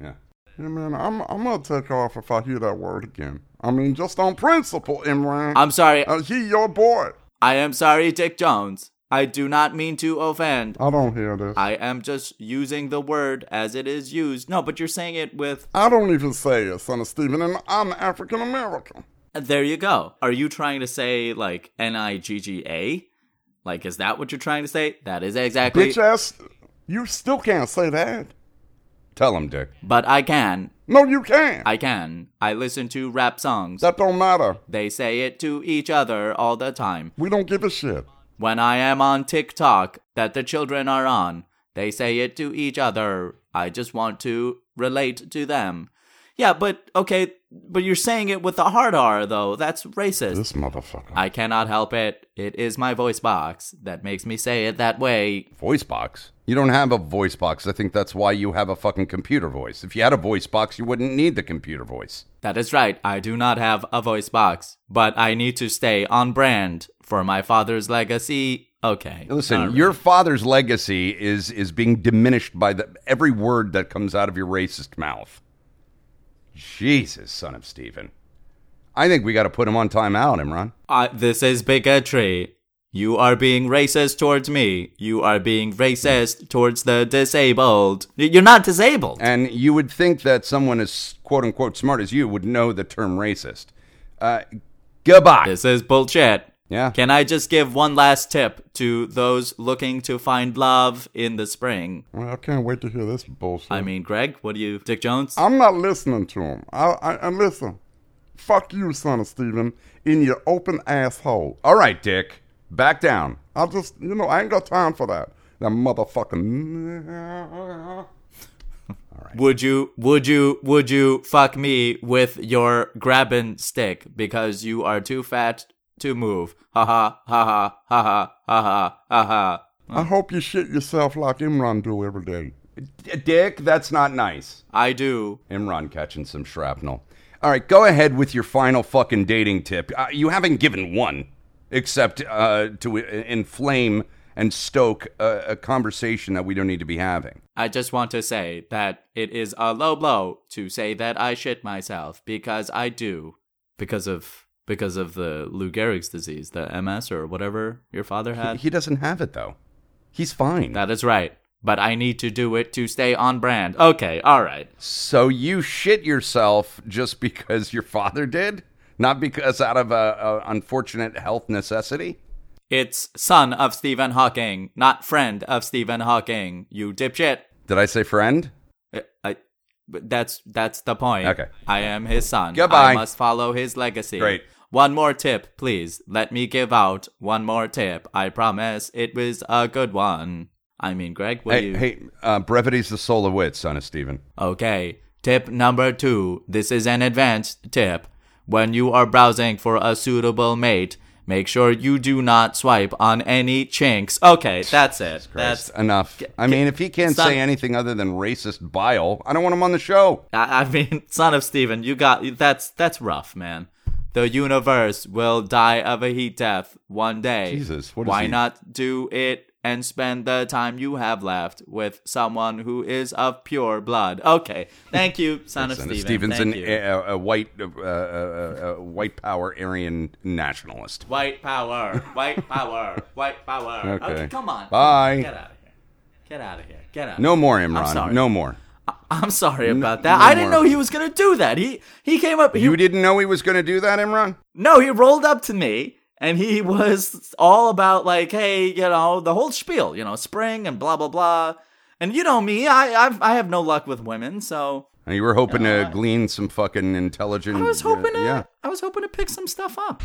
Speaker 1: Yeah.
Speaker 5: Yeah, man, I'm, I'm gonna take off if I hear that word again. I mean, just on principle, Imran.
Speaker 2: i'm sorry
Speaker 1: Oh.
Speaker 5: Uh, he your boy.
Speaker 2: i am sorry dick jones i do not mean to offend
Speaker 5: I don't hear this. I,
Speaker 2: i am just using the word as it is used no but you're saying it with
Speaker 5: don't even say it, son of Stephen, and I'm African American.
Speaker 2: There you go. Are you trying to say like N I G G A? Like, is that what you're trying to say? That is exactly.
Speaker 5: Bitch ass, you still can't say that.
Speaker 1: Tell him, Dick.
Speaker 2: But I can.
Speaker 5: No, you can't.
Speaker 2: I can. I listen to rap songs.
Speaker 5: that don't matter.
Speaker 2: They say it to each other all the time.
Speaker 5: We don't give a shit.
Speaker 2: When I am on TikTok that the children are on, they say it to each other. I just want to relate to them. Yeah, but okay, but you're saying it with a hard R though. That's racist.
Speaker 5: This motherfucker.
Speaker 2: I cannot help it. It is my voice box that makes me say it that way.
Speaker 1: Voice box? You don't have a voice box. I think that's why you have a fucking computer voice. If you had a voice box, you wouldn't need the computer voice.
Speaker 2: That is right. I do not have a voice box, but I need to stay on brand for my father's legacy. Okay.
Speaker 1: Listen,
Speaker 2: All right.
Speaker 1: your father's legacy is is being diminished by the every word that comes out of your racist mouth. Jesus, son of Stephen. I think we got to put him on timeout, Imran.
Speaker 2: I, this is bigotry. You are being racist towards me. You are being racist towards the disabled. Y- You're not disabled.
Speaker 1: And you would think that someone as quote unquote smart as you would know the term racist. Uh, goodbye.
Speaker 2: This is bullshit.
Speaker 1: Yeah.
Speaker 2: Can I just give one last tip to those looking to find love in the spring?
Speaker 1: Mm.
Speaker 5: Well, I can't wait to hear this bullshit.
Speaker 2: I mean, Greg, what do you, Dick
Speaker 1: Oh,
Speaker 2: Jones?
Speaker 5: I'm not listening to him. I, I, I listen. Fuck you, son of Steven, in your open asshole.
Speaker 1: All right, Dick. Back down.
Speaker 5: I just, you know, I ain't got time for that. That motherfucking.
Speaker 2: Would you, would you, would you fuck me with your grabbing stick because you are too fat to move? Ha ha, ha ha, ha ha, ha ha, ha ha.
Speaker 5: I hope you shit yourself like Imran do every day.
Speaker 1: D- Dick, that's not nice.
Speaker 2: I do.
Speaker 1: Imran catching some shrapnel. All right, go ahead with your final fucking dating tip. Uh, you haven't given one, except uh, to i- inflame and stoke a, a conversation that we don't need to be having.
Speaker 2: I just want to say that it is a low blow to say that I shit myself because I do because of because of the Lou Gehrig's disease, the MS or whatever your father
Speaker 1: He,
Speaker 2: had.
Speaker 1: he doesn't have it though. He's fine.
Speaker 2: that is right. But I need to do it to stay on brand. Okay, all right.
Speaker 1: so you shit yourself just because your father did, not because out of a, a unfortunate health necessity.
Speaker 2: It's son of Stephen Hawking, not friend of Stephen Hawking. You dipshit.
Speaker 1: Did I say friend?
Speaker 2: I, I, but that's that's the point.
Speaker 1: Okay.
Speaker 2: I am his son.
Speaker 1: Goodbye.
Speaker 2: I must follow his legacy.
Speaker 1: Great.
Speaker 2: One more tip, please. Let me give out one more tip. I promise it was a good one. I mean, Greg, will
Speaker 1: hey,
Speaker 2: you?
Speaker 1: hey, uh, brevity's the soul of wit, son of Stephen.
Speaker 2: Okay. Tip number two. This is an advanced tip. When you are browsing for a suitable mate, make sure you do not swipe on any chinks. Okay, that's it. That's
Speaker 1: Christ, enough. I mean, if he can't
Speaker 2: son-
Speaker 1: say anything other than racist bile, I don't want him on the show.
Speaker 2: I, I mean, son of Steven, you got that's that's rough, man. The universe will die of a heat death one day.
Speaker 1: Jesus, what is
Speaker 2: Why
Speaker 1: he-
Speaker 2: not do it and spend the time you have left with someone who is of pure blood? Okay, thank you, son of
Speaker 1: Son of
Speaker 2: Steven.
Speaker 1: Stevens
Speaker 2: thank
Speaker 1: an-
Speaker 2: you.
Speaker 1: a, a white, uh, uh, uh, uh, white power Aryan nationalist.
Speaker 2: White power, white power, white power.
Speaker 1: Okay.
Speaker 2: come on.
Speaker 1: Bye.
Speaker 2: Get out of here. Get out of here. Get out.
Speaker 1: No more, Imran.
Speaker 2: sorry.
Speaker 1: No more.
Speaker 2: I'm sorry about that.
Speaker 1: no
Speaker 2: I didn't
Speaker 1: more.
Speaker 2: know he was gonna do that. He he came up. He
Speaker 1: You didn't know he was going to do that, Imran?
Speaker 2: No, he rolled up to me and he was all about like, hey, you know, the whole spiel, you know, spring and blah blah blah. And you know me, I I've, I have no luck with women, so
Speaker 1: And You were hoping to glean some fucking intelligent.
Speaker 2: I was hoping
Speaker 1: uh,
Speaker 2: to I was hoping to pick some stuff up.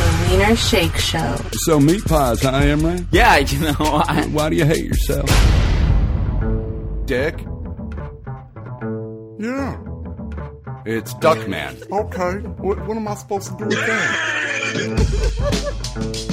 Speaker 3: The Wiener Shake Show.
Speaker 6: So meat pies, huh, Imran?
Speaker 2: Yeah, you know, I,
Speaker 6: Why do you hate yourself?
Speaker 1: Dick,
Speaker 5: Yeah.
Speaker 1: it's Duckman.
Speaker 5: Okay. What, what am I supposed to do with that?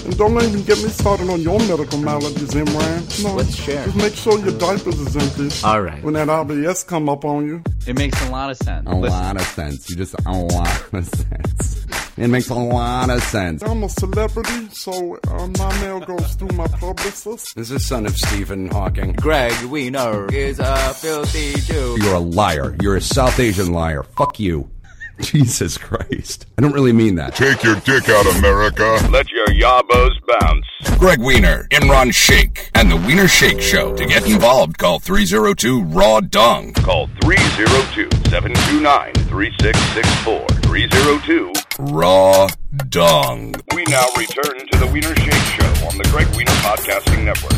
Speaker 5: and don't even get me started on your medical maladies, Imran. No.
Speaker 4: Let's share.
Speaker 5: Just make sure your diapers is empty.
Speaker 2: All right.
Speaker 5: When that RBS come up on you.
Speaker 4: It makes a lot of sense.
Speaker 6: A
Speaker 4: Listen,
Speaker 6: lot of sense. You just a lot of sense. It makes a lot of sense.
Speaker 5: I'm a celebrity, so uh, my mail goes through my publicist.
Speaker 1: This is son of Stephen Hawking.
Speaker 2: Greg Wiener is a filthy Jew.
Speaker 1: You're a liar. You're a South Asian liar. Fuck you. Jesus Christ. I don't really mean that.
Speaker 7: Take your dick out, America.
Speaker 8: Let your yabos bounce.
Speaker 9: Greg Wiener, Imran Shake, and the Wiener Shake Show. To get involved, call 302 Raw Dung.
Speaker 8: Call 302 729 3664. 302.
Speaker 9: Raw Dung.
Speaker 8: We now return to the Wiener Shake Show on the Greg Wiener Podcasting Network.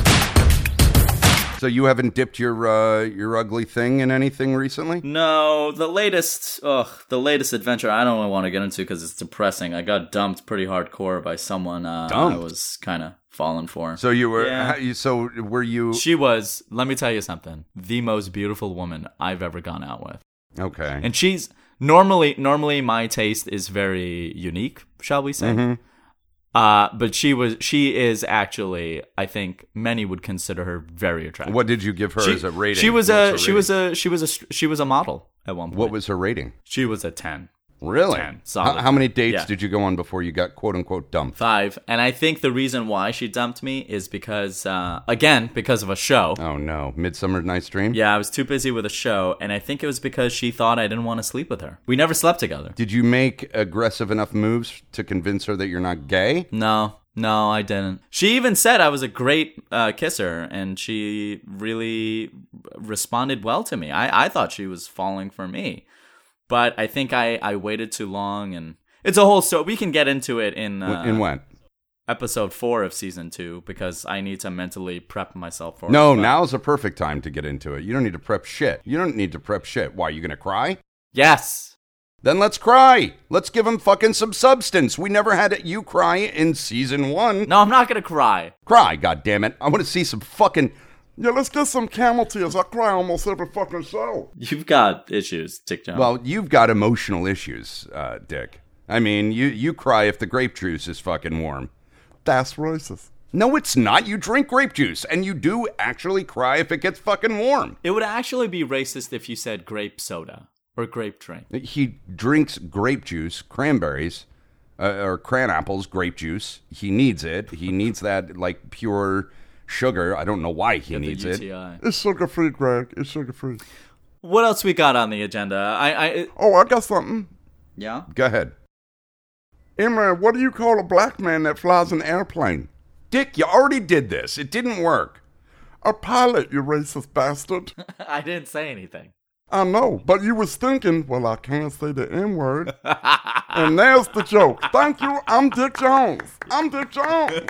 Speaker 1: So you haven't dipped your uh, your ugly thing in anything recently?
Speaker 2: No, the latest, ugh, the latest adventure. I don't want to get into because it's depressing. I got dumped pretty hardcore by someone uh, I
Speaker 1: Dumped?
Speaker 2: was kind of falling for.
Speaker 1: So you were
Speaker 2: Yeah.
Speaker 1: how- you so were you
Speaker 2: She was, let me tell you something, the most beautiful woman I've ever gone out with.
Speaker 1: Okay.
Speaker 2: And she's normally normally my taste is very unique, shall we say?
Speaker 1: Mhm.
Speaker 2: Uh, but she was she is actually I think many would consider her very attractive.
Speaker 1: What did you give her
Speaker 2: uh, She-
Speaker 1: as a rating?
Speaker 2: She was
Speaker 1: What
Speaker 2: a
Speaker 1: her
Speaker 2: she was a she was a str- she was a model at one point.
Speaker 1: What was her rating?
Speaker 2: She was a ten.
Speaker 1: Really?
Speaker 2: 10,
Speaker 1: how,
Speaker 2: solid.
Speaker 1: how many dates
Speaker 2: Yeah.
Speaker 1: did you go on before you got quote unquote dumped?
Speaker 2: Five. And I think the reason why she dumped me is because uh, again, because of a show.
Speaker 1: Oh no, Midsummer Night's Dream.
Speaker 2: Yeah, I was too busy with a show, and I think it was because she thought I didn't want to sleep with her. We never slept together.
Speaker 1: Did you make aggressive enough moves to convince her that you're not gay?
Speaker 2: No, no, I didn't. She even said I was a great uh, kisser, and she really responded well to me. I, I thought she was falling for me, but I think I, I waited too long, and it's a whole story. We can get into it in uh,
Speaker 1: in what?
Speaker 2: episode four of season two because I need to mentally prep myself for
Speaker 1: No,
Speaker 2: it. but-
Speaker 1: now's a perfect time to get into it. You don't need to prep shit. You don't need to prep shit. Why, you gonna cry?
Speaker 2: Yes.
Speaker 1: Then let's cry. Let's give him fucking some substance. We never had you cry in season one.
Speaker 2: No, I'm not gonna cry.
Speaker 1: Cry, goddammit. I wanna see some fucking.
Speaker 5: Yeah, let's get some camel tears. I cry almost every fucking show.
Speaker 2: You've got issues, Dick Jones.
Speaker 1: Well, you've got emotional issues, uh, Dick. I mean, you, you cry if the grape juice is fucking warm.
Speaker 5: That's racist.
Speaker 1: No, it's not. You drink grape juice, and you do actually cry if it gets fucking warm.
Speaker 2: it would actually be racist if you said grape soda or grape drink.
Speaker 1: He drinks grape juice, cranberries, uh, or cran apples, grape juice. He needs it. He needs that, like, pure sugar. I don't know why he
Speaker 2: Get the
Speaker 1: needs it.
Speaker 2: UTI.
Speaker 5: It's sugar free, Greg. It's sugar free.
Speaker 2: What else we got on the agenda? I, I,
Speaker 5: Oh, I got something.
Speaker 2: yeah.
Speaker 1: Go ahead.
Speaker 5: Imran, what do you call a black man that flies an airplane?
Speaker 1: Dick, you already did this. It didn't work.
Speaker 5: A pilot, you racist bastard.
Speaker 2: I didn't say anything.
Speaker 5: I know, but you was thinking, well, I can't say the N word. and there's the joke. Thank you. I'm Dick Jones. I'm Dick Jones.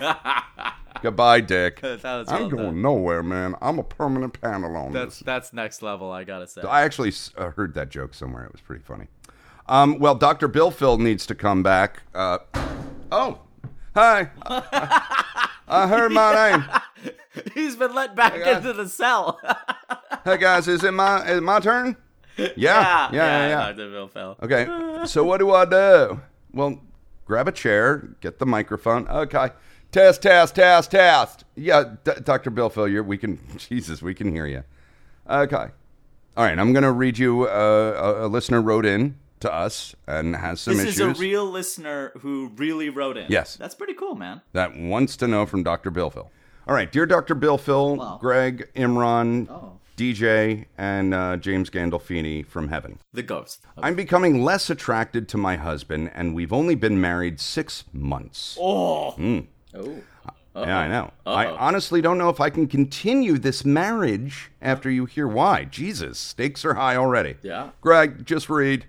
Speaker 1: Goodbye, Dick.
Speaker 2: That was well done.
Speaker 5: I'm going nowhere, man. I'm a permanent panel on
Speaker 2: That's
Speaker 5: this.
Speaker 2: that's next level. I gotta say.
Speaker 1: I actually s- uh, heard that joke somewhere. It was pretty funny. Um, well, Dr. Bill Phil needs to come back. Uh, oh, hi. I heard my name.
Speaker 2: He's been let back into the cell. yeah,
Speaker 1: Hey guys, is it my is it my turn? Yeah, yeah, yeah. yeah.
Speaker 2: Dr. Bill Phil.
Speaker 1: Okay, so what do I do? Well, grab a chair, get the microphone. Okay, test, test, test, test. Yeah, D- Dr. Bill Phil, you're, we can. Jesus, we can hear you. Okay, all right. I'm gonna read you. Uh, a, a listener wrote in to us and has some
Speaker 2: This
Speaker 1: issues
Speaker 2: is a real listener who really wrote in.
Speaker 1: Yes.
Speaker 2: That's pretty cool, man.
Speaker 1: that wants to know from Dr. Bill Phil. All right, dear Dr. Bill Phil,
Speaker 2: Wow.
Speaker 1: Greg, Imran,
Speaker 2: Oh.
Speaker 1: DJ, and uh, James Gandolfini from heaven.
Speaker 2: The ghost.
Speaker 1: I'm becoming less attracted to my husband, and we've only been married six months.
Speaker 2: Oh. Oh.
Speaker 1: Yeah, I know. I honestly don't know if I can continue this marriage after you hear why. Jesus, stakes are high already.
Speaker 2: Yeah.
Speaker 1: Greg, just read.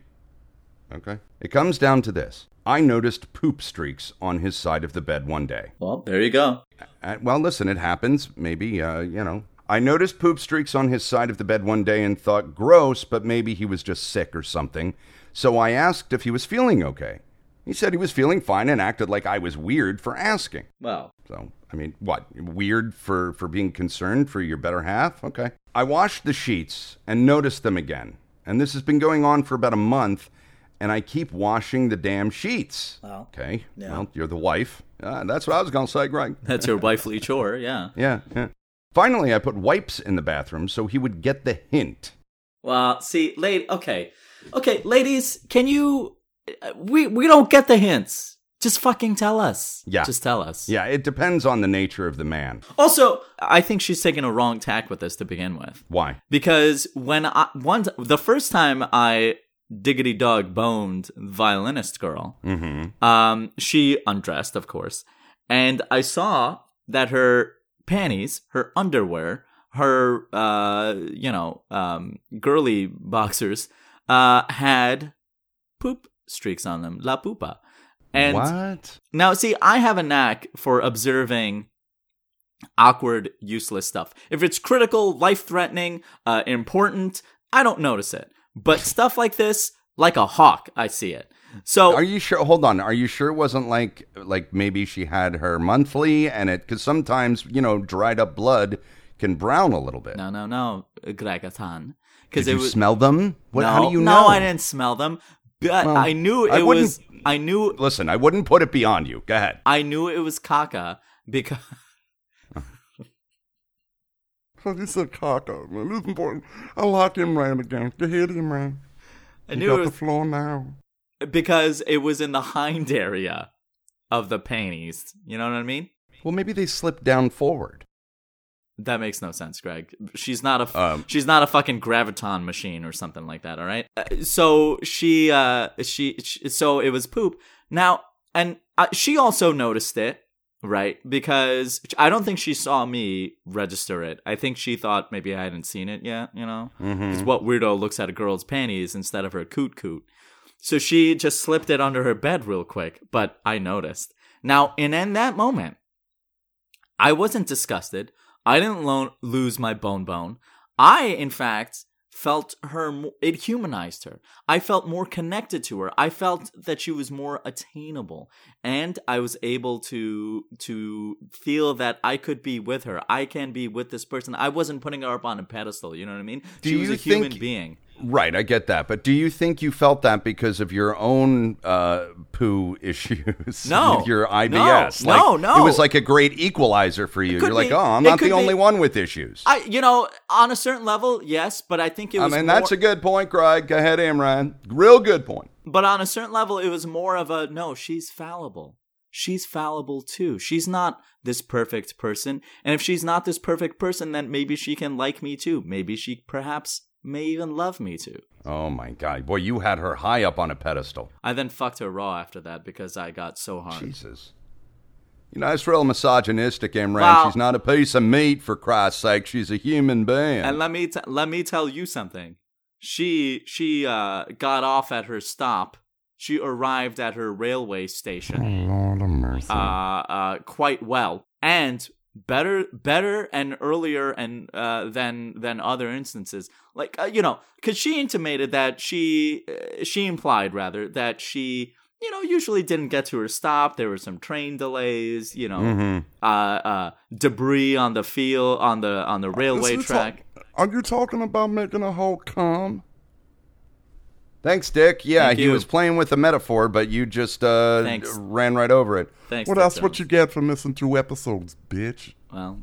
Speaker 1: Okay. It comes down to this I noticed poop streaks on his side of the bed one day.
Speaker 2: Well, there you go.
Speaker 1: Uh, well, listen, it happens. Maybe, uh, you know. I noticed poop streaks on his side of the bed one day and thought, gross, but maybe he was just sick or something. So I asked if he was feeling okay. He said he was feeling fine and acted like I was weird for asking.
Speaker 2: Well,
Speaker 1: So, I mean, what? Weird for, for being concerned for your better half? Okay. I washed the sheets and noticed them again. And this has been going on for about a month, and I keep washing the damn sheets.
Speaker 2: Wow.
Speaker 1: Okay.
Speaker 2: Yeah.
Speaker 1: Well, you're the wife. Uh, that's what I was going to say, Greg.
Speaker 2: that's your wifely chore. Yeah.
Speaker 1: Yeah, yeah. Finally, I put wipes in the bathroom so he would get the hint.
Speaker 2: Well, see, lady. Okay, okay, ladies, can you? uh, We we don't get the hints. Just fucking tell us.
Speaker 1: Yeah.
Speaker 2: Just tell us.
Speaker 1: Yeah, it depends on the nature of the man.
Speaker 2: Also, I think she's taking a wrong tack with this to begin with,
Speaker 1: Why?
Speaker 2: because when I one t- the first time I diggity dog boned violinist girl, mm-hmm. um, she undressed, of course, and I saw that her panties, her underwear, her uh, you know, um, girly boxers, uh, had poop streaks on them, la pupa. And
Speaker 1: what?
Speaker 2: now, see, I have a knack for observing awkward, useless stuff. If it's critical, life threatening, uh, important, I don't notice it. But stuff like this, like a hawk, I see it. So,
Speaker 1: Are you sure? Hold on. Are you sure it wasn't like like maybe she had her monthly and it? Because sometimes you know dried up blood can brown a little bit.
Speaker 2: no, no, no, Gregatan. because
Speaker 1: Did
Speaker 2: it
Speaker 1: you
Speaker 2: was
Speaker 1: smell them? What,
Speaker 2: no,
Speaker 1: how do you
Speaker 2: No,
Speaker 1: know?
Speaker 2: I didn't smell them, but
Speaker 1: Well,
Speaker 2: I knew
Speaker 1: I
Speaker 2: it
Speaker 1: wouldn't-
Speaker 2: was. I knew
Speaker 1: Listen, I wouldn't put it beyond you. Go ahead.
Speaker 2: I knew it was caca because
Speaker 5: He said caca, man. This is important. I like Imran again. You hear it, Imran?
Speaker 2: I
Speaker 5: You
Speaker 2: knew
Speaker 5: got
Speaker 2: it
Speaker 5: the
Speaker 2: was
Speaker 5: floor now.
Speaker 2: because it was in the hind area of the panties. You know what I mean?
Speaker 1: Well, maybe they slipped down forward.
Speaker 2: That makes no sense, Greg. She's not a f-
Speaker 1: Um,
Speaker 2: she's not a fucking graviton machine or something like that. All right. Uh, So she uh she, she so it was poop. Now and uh, she also noticed it, right? Because I don't think she saw me register it. I think she thought maybe I hadn't seen it yet. You know, it's what weirdo looks at a girl's panties instead of her coot coot. So she just slipped it under her bed real quick, but I noticed. Now, and in that moment, I wasn't disgusted. I didn't lo- lose my bone bone. I, in fact, felt her, mo- it humanized her. I felt more connected to her. I felt that she was more attainable. And I was able to, to feel that I could be with her. I can be with this person. I wasn't putting her up on a pedestal. You know what I mean?
Speaker 1: Do
Speaker 2: she was
Speaker 1: you
Speaker 2: a human
Speaker 1: think-
Speaker 2: being.
Speaker 1: Right, I get that. But do you think you felt that because of your own uh, poo issues?
Speaker 2: No.
Speaker 1: with your IBS.
Speaker 2: No,
Speaker 1: Like,
Speaker 2: no, no.
Speaker 1: It was like a great equalizer for you. You're
Speaker 2: could
Speaker 1: like,
Speaker 2: be.
Speaker 1: oh, I'm
Speaker 2: It
Speaker 1: not the
Speaker 2: could be.
Speaker 1: only one with issues.
Speaker 2: I, you know, on a certain level, yes, but I think it
Speaker 1: I
Speaker 2: was.
Speaker 1: mean,
Speaker 2: more-
Speaker 1: that's a good point, Greg. Go ahead, Amran. Real good point.
Speaker 2: But on a certain level, it was more of a no, she's fallible. She's fallible too. She's not this perfect person. And if she's not this perfect person, then maybe she can like me too. Maybe she perhaps may even love me too.
Speaker 1: Oh my God, boy, you had her high up on a pedestal.
Speaker 2: I then fucked her raw after that because I got so hard.
Speaker 1: Jesus. You know, it's real misogynistic, Amran.
Speaker 2: Wow.
Speaker 1: She's not a piece of meat, for Christ's sake. She's a human being.
Speaker 2: And let me t- let me tell you something. She she uh, got off at her stop. She arrived at her railway station.
Speaker 5: Lord of mercy.
Speaker 2: uh, uh, quite well and better better and earlier and uh, than than other instances like uh, you know because she intimated that she uh, she implied rather that she you know usually didn't get to her stop there were some train delays you know
Speaker 5: Mm-hmm.
Speaker 2: uh, uh, debris on the field on the on the railway
Speaker 5: Listen,
Speaker 2: track
Speaker 5: talk- are you talking about making a whole cum?
Speaker 1: Thanks, Dick. Yeah,
Speaker 2: Thank
Speaker 1: he
Speaker 2: you.
Speaker 1: was playing with a metaphor, but you just uh,
Speaker 2: Thanks.
Speaker 1: ran right over it.
Speaker 2: thanks
Speaker 5: Well,
Speaker 2: Dick
Speaker 5: that's what
Speaker 2: Jones.
Speaker 5: you get for missing two episodes, bitch.
Speaker 2: well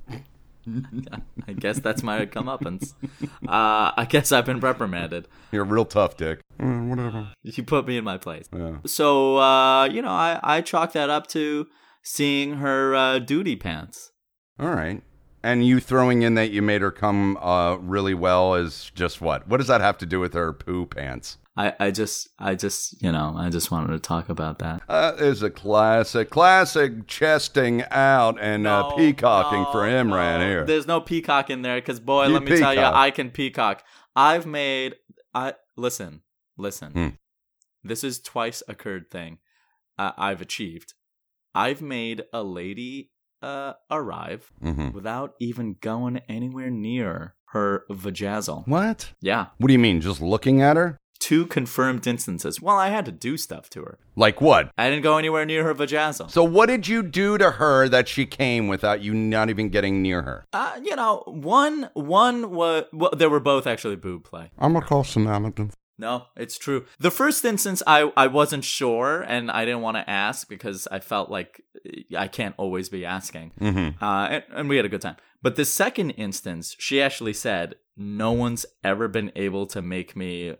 Speaker 2: I guess that's my comeuppance. Uh, I guess I've been reprimanded.
Speaker 1: You're real tough, Dick.
Speaker 5: Mm, whatever.
Speaker 2: You put me in my place.
Speaker 1: Yeah.
Speaker 2: So uh, you know, I I chalk that up to seeing her uh, duty pants.
Speaker 1: All right. And you throwing in that you made her come uh, really well is just what? What does that have to do with her poo pants?
Speaker 2: I I just I just you know I just wanted to talk about that.
Speaker 1: That Uh, is a classic, classic chesting out and uh, peacocking for Imran
Speaker 2: no.
Speaker 1: here.
Speaker 2: There's no peacock in there because boy,
Speaker 1: You
Speaker 2: let me tell you,
Speaker 1: peacock.
Speaker 2: I can peacock. I've made I listen listen.
Speaker 1: Hmm.
Speaker 2: This is twice occurred thing uh, I've achieved. I've made a lady uh, arrive
Speaker 1: Mhm.
Speaker 2: without even going anywhere near her vajazzle.
Speaker 1: What?
Speaker 2: Yeah.
Speaker 1: What do you mean? Just looking at her?
Speaker 2: two confirmed instances. Well, I had to do stuff to her.
Speaker 1: Like what?
Speaker 2: I didn't go anywhere near her vajazzle.
Speaker 1: So, what did you do to her that she came without you not even getting near her?
Speaker 2: uh, you know, one one was well, they were both actually boob play.
Speaker 5: I'm gonna call shenanigans.
Speaker 2: No, it's true. The first instance, I I wasn't sure, and I didn't want to ask because I felt like eh, I can't always be asking.
Speaker 1: Mm-hmm.
Speaker 2: Uh, and, and we had a good time. But the second instance, she actually said, "No one's ever been able to make me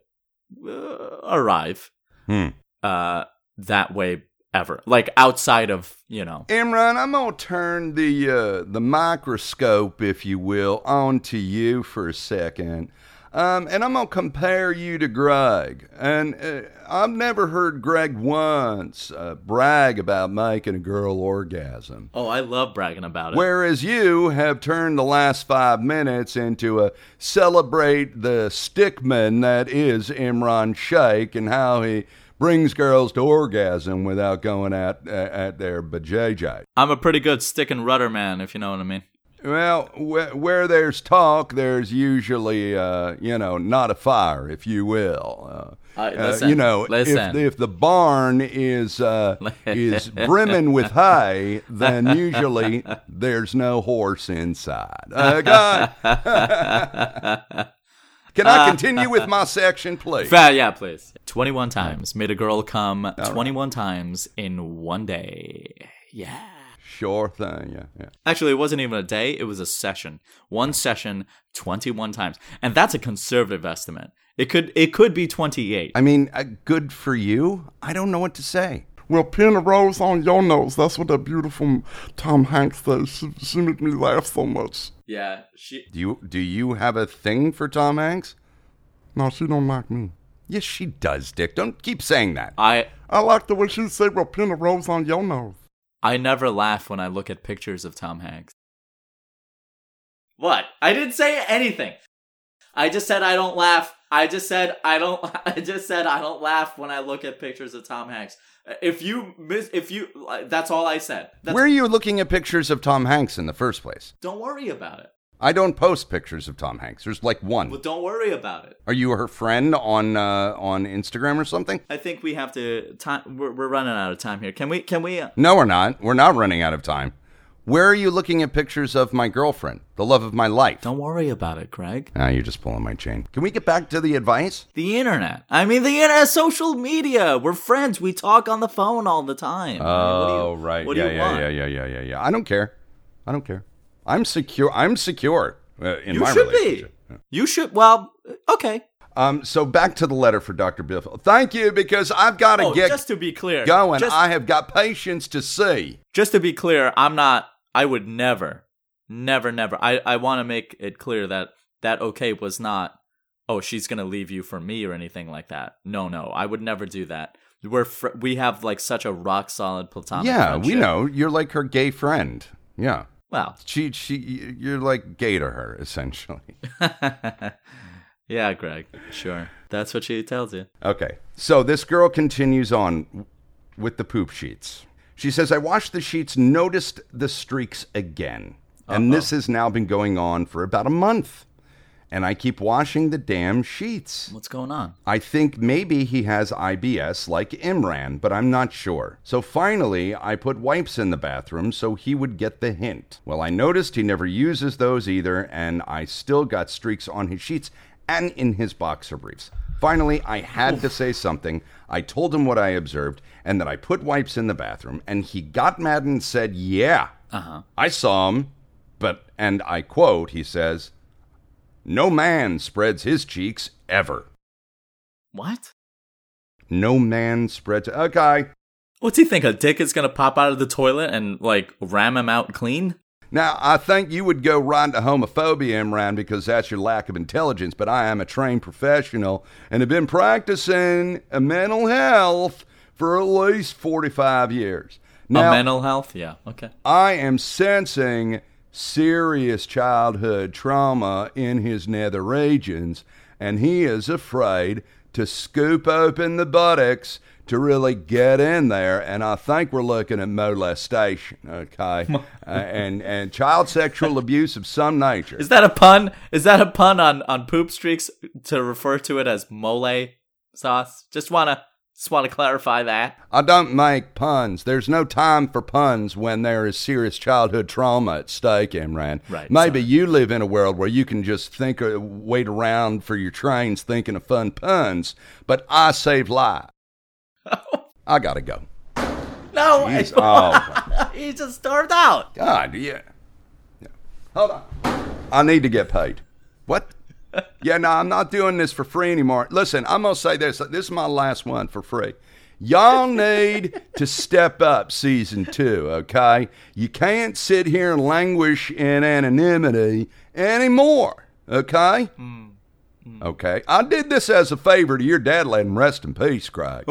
Speaker 2: uh, arrive
Speaker 1: Hmm.
Speaker 2: uh, that way ever, like outside of you know."
Speaker 1: Imran, I'm gonna turn the uh, the microscope, if you will, onto you for a second, um, and I'm gonna compare you to Greg. And uh, I've never heard Greg once uh, brag about making a girl orgasm,
Speaker 2: Oh, I love bragging about it.
Speaker 1: whereas you have turned the last five minutes into a celebrate the stickman that is Imran Shaikh and how he brings girls to orgasm without going at at their bajajaj.
Speaker 2: I'm a pretty good stick and rudder man, if you know what I mean.
Speaker 1: Well, wh- where there's talk, there's usually, uh, you know, not a fire, if you will. Uh,
Speaker 2: I-
Speaker 1: uh,
Speaker 2: listen,
Speaker 1: you know, if
Speaker 2: listen.
Speaker 1: if the barn is uh, is brimming with hay, then usually there's no horse inside. Uh, God, Can I continue with my section, please?
Speaker 2: Fa- yeah, please. 21 times. Made a girl come 21 times in one day. Yeah.
Speaker 1: Sure thing. Yeah, yeah.
Speaker 2: Actually, it wasn't even a day, it was a session. One session, 21 times. And that's a conservative estimate. It could it could be 28.
Speaker 1: I mean, uh, good for you. I don't know what to say.
Speaker 5: Well, pin a rose on your nose. That's what that beautiful Tom Hanks does. She, she made me laugh so much.
Speaker 2: Yeah, she
Speaker 1: Do you do you have a thing for Tom Hanks?
Speaker 5: No, she don't like me.
Speaker 1: Yes, she does, Dick. Don't keep saying that.
Speaker 2: I
Speaker 5: I like the way she say, well, pin a rose on your nose.
Speaker 2: I never laugh when I look at pictures of Tom Hanks. What? I didn't say anything. I just said I don't laugh. I just said I don't I just said I don't laugh when I look at pictures of Tom Hanks. If you miss if you that's all I said. That's,
Speaker 1: Where are you looking at pictures of Tom Hanks in the first place?
Speaker 2: don't worry about it.
Speaker 1: I don't post pictures of Tom Hanks. There's like one.
Speaker 2: Well, don't worry about it.
Speaker 1: Are you her friend on uh, on Instagram or something?
Speaker 2: I think we have to time we're, we're running out of time here. Can we can we uh,
Speaker 1: No, we're not. We're not running out of time. Where are you looking at pictures of my girlfriend, the love of my life?
Speaker 2: Don't worry about it, Greg.
Speaker 1: Ah, you're just pulling my chain. Can we get back to the advice?
Speaker 2: The internet. I mean, the internet, social media. We're friends. We talk on the phone all the time.
Speaker 1: Oh, right.
Speaker 2: What do
Speaker 1: yeah,
Speaker 2: you
Speaker 1: yeah,
Speaker 2: want?
Speaker 1: yeah, yeah, yeah, yeah, yeah. I don't care. I don't care. I'm secure. I'm secure uh, in
Speaker 2: You
Speaker 1: my
Speaker 2: should be.
Speaker 1: relationship.
Speaker 2: You should. Well, uh, okay.
Speaker 1: Um, so back to the letter for Dr. Biffle. Thank you, because I've got to
Speaker 2: Oh,
Speaker 1: get
Speaker 2: just to be clear,
Speaker 1: going.
Speaker 2: Just,
Speaker 1: I have got patients to see.
Speaker 2: just to be clear, I'm not. I would never, never, never. I I want to make it clear that that okay was not. Oh, she's gonna leave you for me or anything like that. No, no, I would never do that. We're fr- we have like such a rock solid platonic.
Speaker 1: yeah, we
Speaker 2: friendship.
Speaker 1: know you're like her gay friend. Yeah,
Speaker 2: Well,
Speaker 1: she she you're like gay to her essentially.
Speaker 2: yeah, Greg. Sure, that's what she tells you.
Speaker 1: Okay. So this girl continues on with the poop sheets. She says, I washed the sheets, noticed the streaks again. And this has now been going on for about a month. And I keep washing the damn sheets.
Speaker 2: What's going on?
Speaker 1: I think maybe he has IBS like Imran, but I'm not sure. So finally, I put wipes in the bathroom so he would get the hint. Well, I noticed he never uses those either, and I still got streaks on his sheets and in his boxer briefs. Finally, I had to say something. I told him what I observed and that I put wipes in the bathroom, and he got mad and said, Yeah, uh-huh. I saw him. But, and I quote, he says, No man spreads his cheeks ever.
Speaker 2: What?
Speaker 1: No man spreads. Okay.
Speaker 2: What's he think? A dick is gonna pop out of the toilet and like ram him out clean?
Speaker 1: Now, I think you would go right to homophobia, Imran, because that's your lack of intelligence, but I am a trained professional and have been practicing uh, mental health for at least 45 years.
Speaker 2: a
Speaker 1: Now,
Speaker 2: mental health? Yeah. Okay.
Speaker 1: I am sensing serious childhood trauma in his nether regions, and he is afraid to scoop open the buttocks to really get in there. And I think we're looking at molestation, okay, uh, and and child sexual abuse of some nature.
Speaker 2: Is that a pun? Is that a pun on on poop streaks to refer to it as mole sauce? Just wanna just wanna clarify that.
Speaker 1: I don't make puns. There's no time for puns when there is serious childhood trauma at stake, Imran.
Speaker 2: Right,
Speaker 1: Maybe
Speaker 2: sorry.
Speaker 1: you live in a world where you can just think, or wait around for your trains thinking of fun puns, but I save lives. I gotta go.
Speaker 2: No,
Speaker 1: Jeez, oh,
Speaker 2: he just starved out.
Speaker 1: God, yeah. Yeah. Hold on. I need to get paid. What? yeah, no, I'm not doing this for free anymore. Listen, I'm going to say this. This is my last one for free. Y'all need to step up season two, okay? You can't sit here and languish in anonymity anymore, okay? Okay. I did this as a favor to your dad. Let him rest in peace, Craig.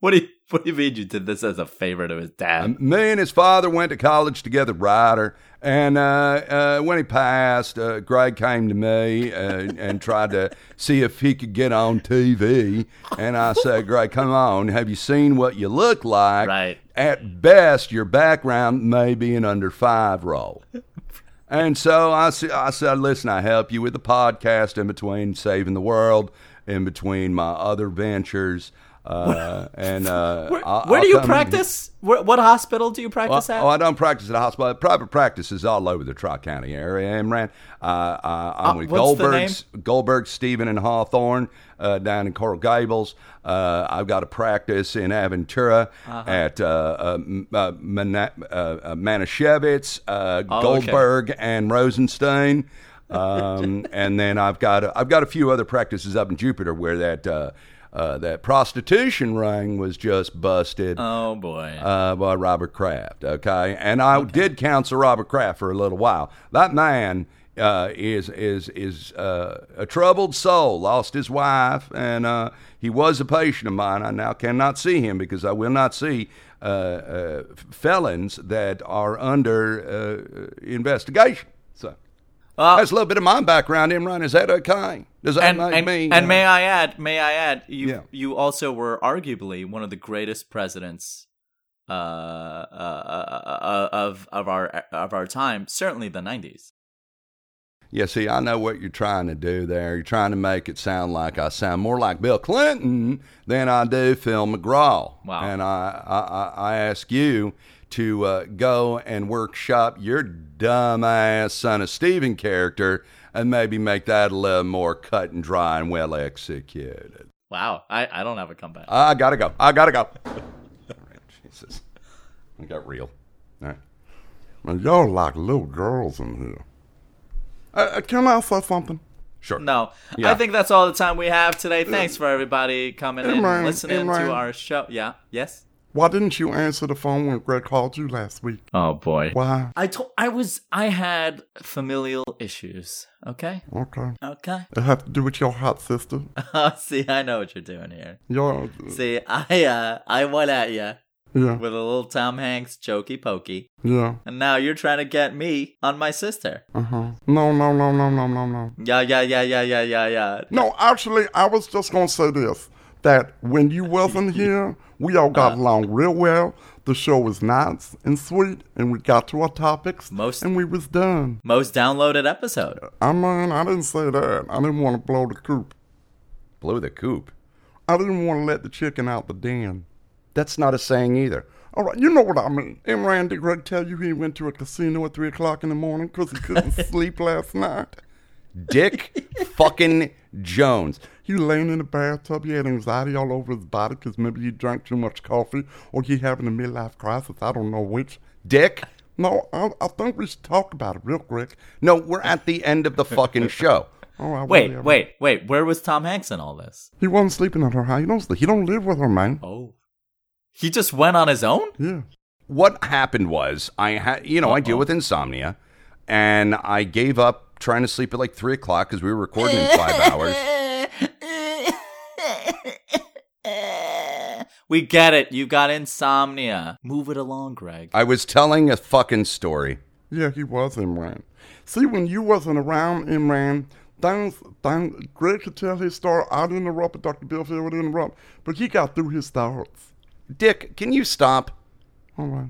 Speaker 2: What do you what do you mean you did this as a favor to his dad?
Speaker 1: Me and his father went to college together, Ryder. And uh, uh, when he passed, uh, Greg came to me uh, and tried to see if he could get on TV. And I said, Greg, come on. Have you seen what you look like?
Speaker 2: Right.
Speaker 1: At best, your background may be an under five role. And so I, s- I said, listen, I help you with the podcast in between saving the world, in between my other ventures. Uh, and uh,
Speaker 2: Where,
Speaker 1: I'll-
Speaker 2: where do
Speaker 1: I'll
Speaker 2: you
Speaker 1: come-
Speaker 2: practice? Where, what hospital do you practice
Speaker 1: Well,
Speaker 2: at?
Speaker 1: Oh, I don't practice at a hospital. Private practice is all over the Tri County area. Amran, uh, uh, I'm
Speaker 2: Uh,
Speaker 1: with
Speaker 2: what's the
Speaker 1: Goldberg's, Goldberg, Stephen, and Hawthorne uh, down in Coral Gables. Uh, I've got a practice in Aventura
Speaker 2: Uh-huh.
Speaker 1: at uh, uh, M- uh, Mana- uh, uh, Manischewitz, uh,
Speaker 2: Oh, okay.
Speaker 1: Goldberg, and Rosenstein. um, and then I've got I've got a few other practices up in Jupiter where that uh, uh, that prostitution ring was just busted
Speaker 2: oh boy.
Speaker 1: uh, by Robert Kraft. Okay, and I did counsel Robert Kraft for a little while. That man uh, is is is uh, a troubled soul. Lost his wife, and uh, he was a patient of mine. I now cannot see him because I will not see. Uh, uh, felons that are under uh, investigation. So that's a little bit of my background. Imran, is that okay? Does that
Speaker 2: and,
Speaker 1: make
Speaker 2: and,
Speaker 1: me?
Speaker 2: and
Speaker 1: uh,
Speaker 2: may I add, may I add, you
Speaker 1: Yeah.
Speaker 2: you also were arguably one of the greatest presidents uh, uh, uh, uh, of of our of our time, certainly the '90s.
Speaker 1: Yeah, see, I know what you're trying to do there. You're trying to make it sound like I sound more like Bill Clinton than I do Phil McGraw.
Speaker 2: Wow.
Speaker 1: And I, I, I- I ask you to uh, go and workshop your dumbass son of Stephen character and maybe make that a little more cut and dry and well executed.
Speaker 2: Wow, I, I don't have a comeback.
Speaker 1: I gotta go. I gotta go. All right, Jesus. I got real. All right.
Speaker 5: Man, y'all like little girls in here. Uh, can I say something?
Speaker 1: Sure.
Speaker 2: no,
Speaker 1: Yeah. Uh,
Speaker 2: I think that's all the time we have today. Thanks for everybody coming in
Speaker 5: Imran,
Speaker 2: and listening
Speaker 5: Imran.
Speaker 2: to our show. Yeah, yes.
Speaker 5: Why didn't you answer the phone when Greg called you last week?
Speaker 2: Oh boy.
Speaker 5: Why?
Speaker 2: I told I was I had familial issues. Okay.
Speaker 5: Okay.
Speaker 2: Okay. Oh,
Speaker 5: It have to do with your hot sister.
Speaker 2: See, I know what you're doing here.
Speaker 5: Your
Speaker 2: See, I uh, I went at you
Speaker 5: yeah,
Speaker 2: with a little Tom Hanks jokey pokey,
Speaker 5: yeah.
Speaker 2: and now you're trying to get me on my sister.
Speaker 5: Uh huh. No, no, no, no, no, no, no.
Speaker 2: Yeah, yeah, yeah, yeah, yeah, yeah, yeah.
Speaker 5: No, actually, I was just gonna say this: that when you wasn't here, we all
Speaker 2: Uh.
Speaker 5: got along real well. The show was nice and sweet, and we got to our topics,
Speaker 2: Most-
Speaker 5: and we was done.
Speaker 2: Most downloaded episode.
Speaker 5: I mean, I didn't say that. I didn't want to blow the coop.
Speaker 1: Blow the coop.
Speaker 5: I didn't want to let the chicken out the den.
Speaker 1: That's not a saying either.
Speaker 5: All right, you know what I mean. And Randy Greg tell you he went to a casino at three o'clock in the morning because he couldn't sleep last night.
Speaker 1: Dick fucking Jones.
Speaker 5: He laying in the bathtub. He had anxiety all over his body because maybe he drank too much coffee or he having a midlife crisis. I don't know which.
Speaker 1: Dick.
Speaker 5: No, I, I think we should talk about it real quick.
Speaker 1: No, we're at the end of the fucking show.
Speaker 5: Oh, I
Speaker 2: Wait,
Speaker 5: whatever.
Speaker 2: wait, wait. Where was Tom Hanks in all this?
Speaker 5: He wasn't sleeping at her house. He don't. sleep- He don't live with her, man.
Speaker 2: Oh, he just went on his own.
Speaker 5: Yeah.
Speaker 1: What happened was I had, you know, I deal with insomnia, and I gave up trying to sleep at like three o'clock because we were recording in five hours.
Speaker 2: We get it. You got insomnia. Move it along, Greg.
Speaker 1: I was telling a fucking story.
Speaker 5: Yeah, he was Imran. See, when you wasn't around, Imran, things, things, Greg could tell his story. I'd interrupt, but Dr. Billfield would interrupt. But he got through his thoughts.
Speaker 1: Dick, can you stop?
Speaker 5: All right.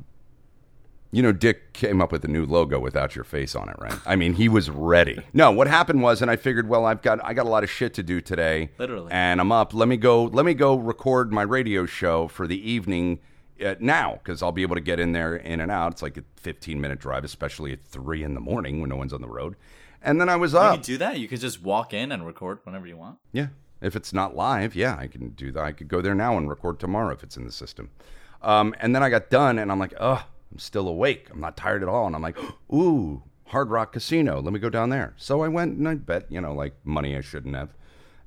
Speaker 1: You know, Dick came up with a new logo without your face on it, right? I mean, he was ready. No, what happened was, and I figured, well, I've got I got a lot of shit to do today,
Speaker 2: Literally.
Speaker 1: and I'm up. Let me go. Let me go record my radio show for the evening uh, now because I'll be able to get in there in and out. It's like a 15 minute drive, especially at three in the morning when no one's on the road. And then I was
Speaker 2: you
Speaker 1: up.
Speaker 2: can do that. You can just walk in and record whenever you want.
Speaker 1: Yeah. If it's not live, yeah, I can do that. I could go there now and record tomorrow if it's in the system. Um, and then I got done and I'm like, oh, I'm still awake. I'm not tired at all. And I'm like, ooh, Hard Rock Casino. Let me go down there. So I went and I bet, you know, like money I shouldn't have.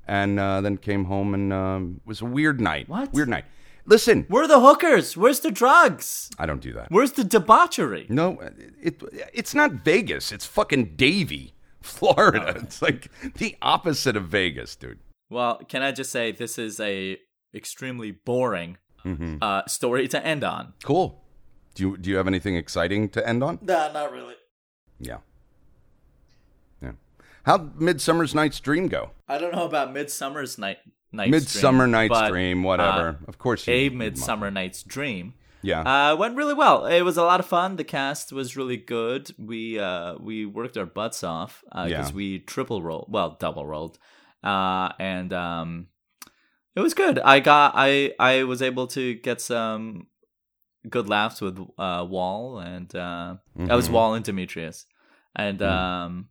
Speaker 1: And uh, then came home and um, it was a weird night.
Speaker 2: What?
Speaker 1: Weird night. Listen,
Speaker 2: Where are the hookers? Where's the drugs?
Speaker 1: I don't do that.
Speaker 2: Where's the debauchery?
Speaker 1: No, it, it's not Vegas. It's fucking Davie, Florida. It's like the opposite of Vegas, dude.
Speaker 2: Well, can I just say this is a extremely boring
Speaker 1: Mm-hmm.
Speaker 2: uh, story to end on.
Speaker 1: Cool. Do you, do you have anything exciting to end on?
Speaker 2: Nah, not really.
Speaker 1: Yeah. Yeah. How'd Midsummer's Night's Dream go?
Speaker 2: I don't know about Midsummer's Night Night
Speaker 1: Midsummer
Speaker 2: Dream,
Speaker 1: Night's
Speaker 2: but,
Speaker 1: Dream, whatever.
Speaker 2: uh,
Speaker 1: of course you
Speaker 2: a
Speaker 1: you
Speaker 2: Midsummer Night's Dream.
Speaker 1: Yeah.
Speaker 2: Uh, went really well. It was a lot of fun. The cast was really good. We uh, we worked our butts off because
Speaker 1: Yeah.
Speaker 2: we triple rolled, well, double rolled, uh, and Uh, um, It was good. I got I I was able to get some good laughs with uh Wall and uh I was
Speaker 1: Mhm.
Speaker 2: Wall and Demetrius. And
Speaker 1: Mm.
Speaker 2: um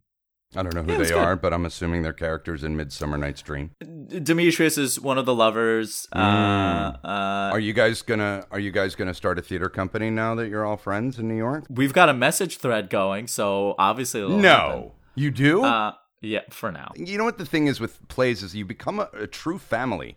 Speaker 1: I don't know
Speaker 2: Yeah,
Speaker 1: who
Speaker 2: it was
Speaker 1: they
Speaker 2: good.
Speaker 1: are, but I'm assuming they're characters in Midsummer Night's Dream.
Speaker 2: D- Demetrius is one of the lovers. Uh
Speaker 1: Mm.
Speaker 2: uh
Speaker 1: are you guys gonna Are you guys gonna start a theater company now that you're all friends in New York?
Speaker 2: we've got a message thread going, so obviously it'll
Speaker 1: No, you do.
Speaker 2: happen. Uh yeah, for now.
Speaker 1: you know what the thing is with plays is you become a, a true family,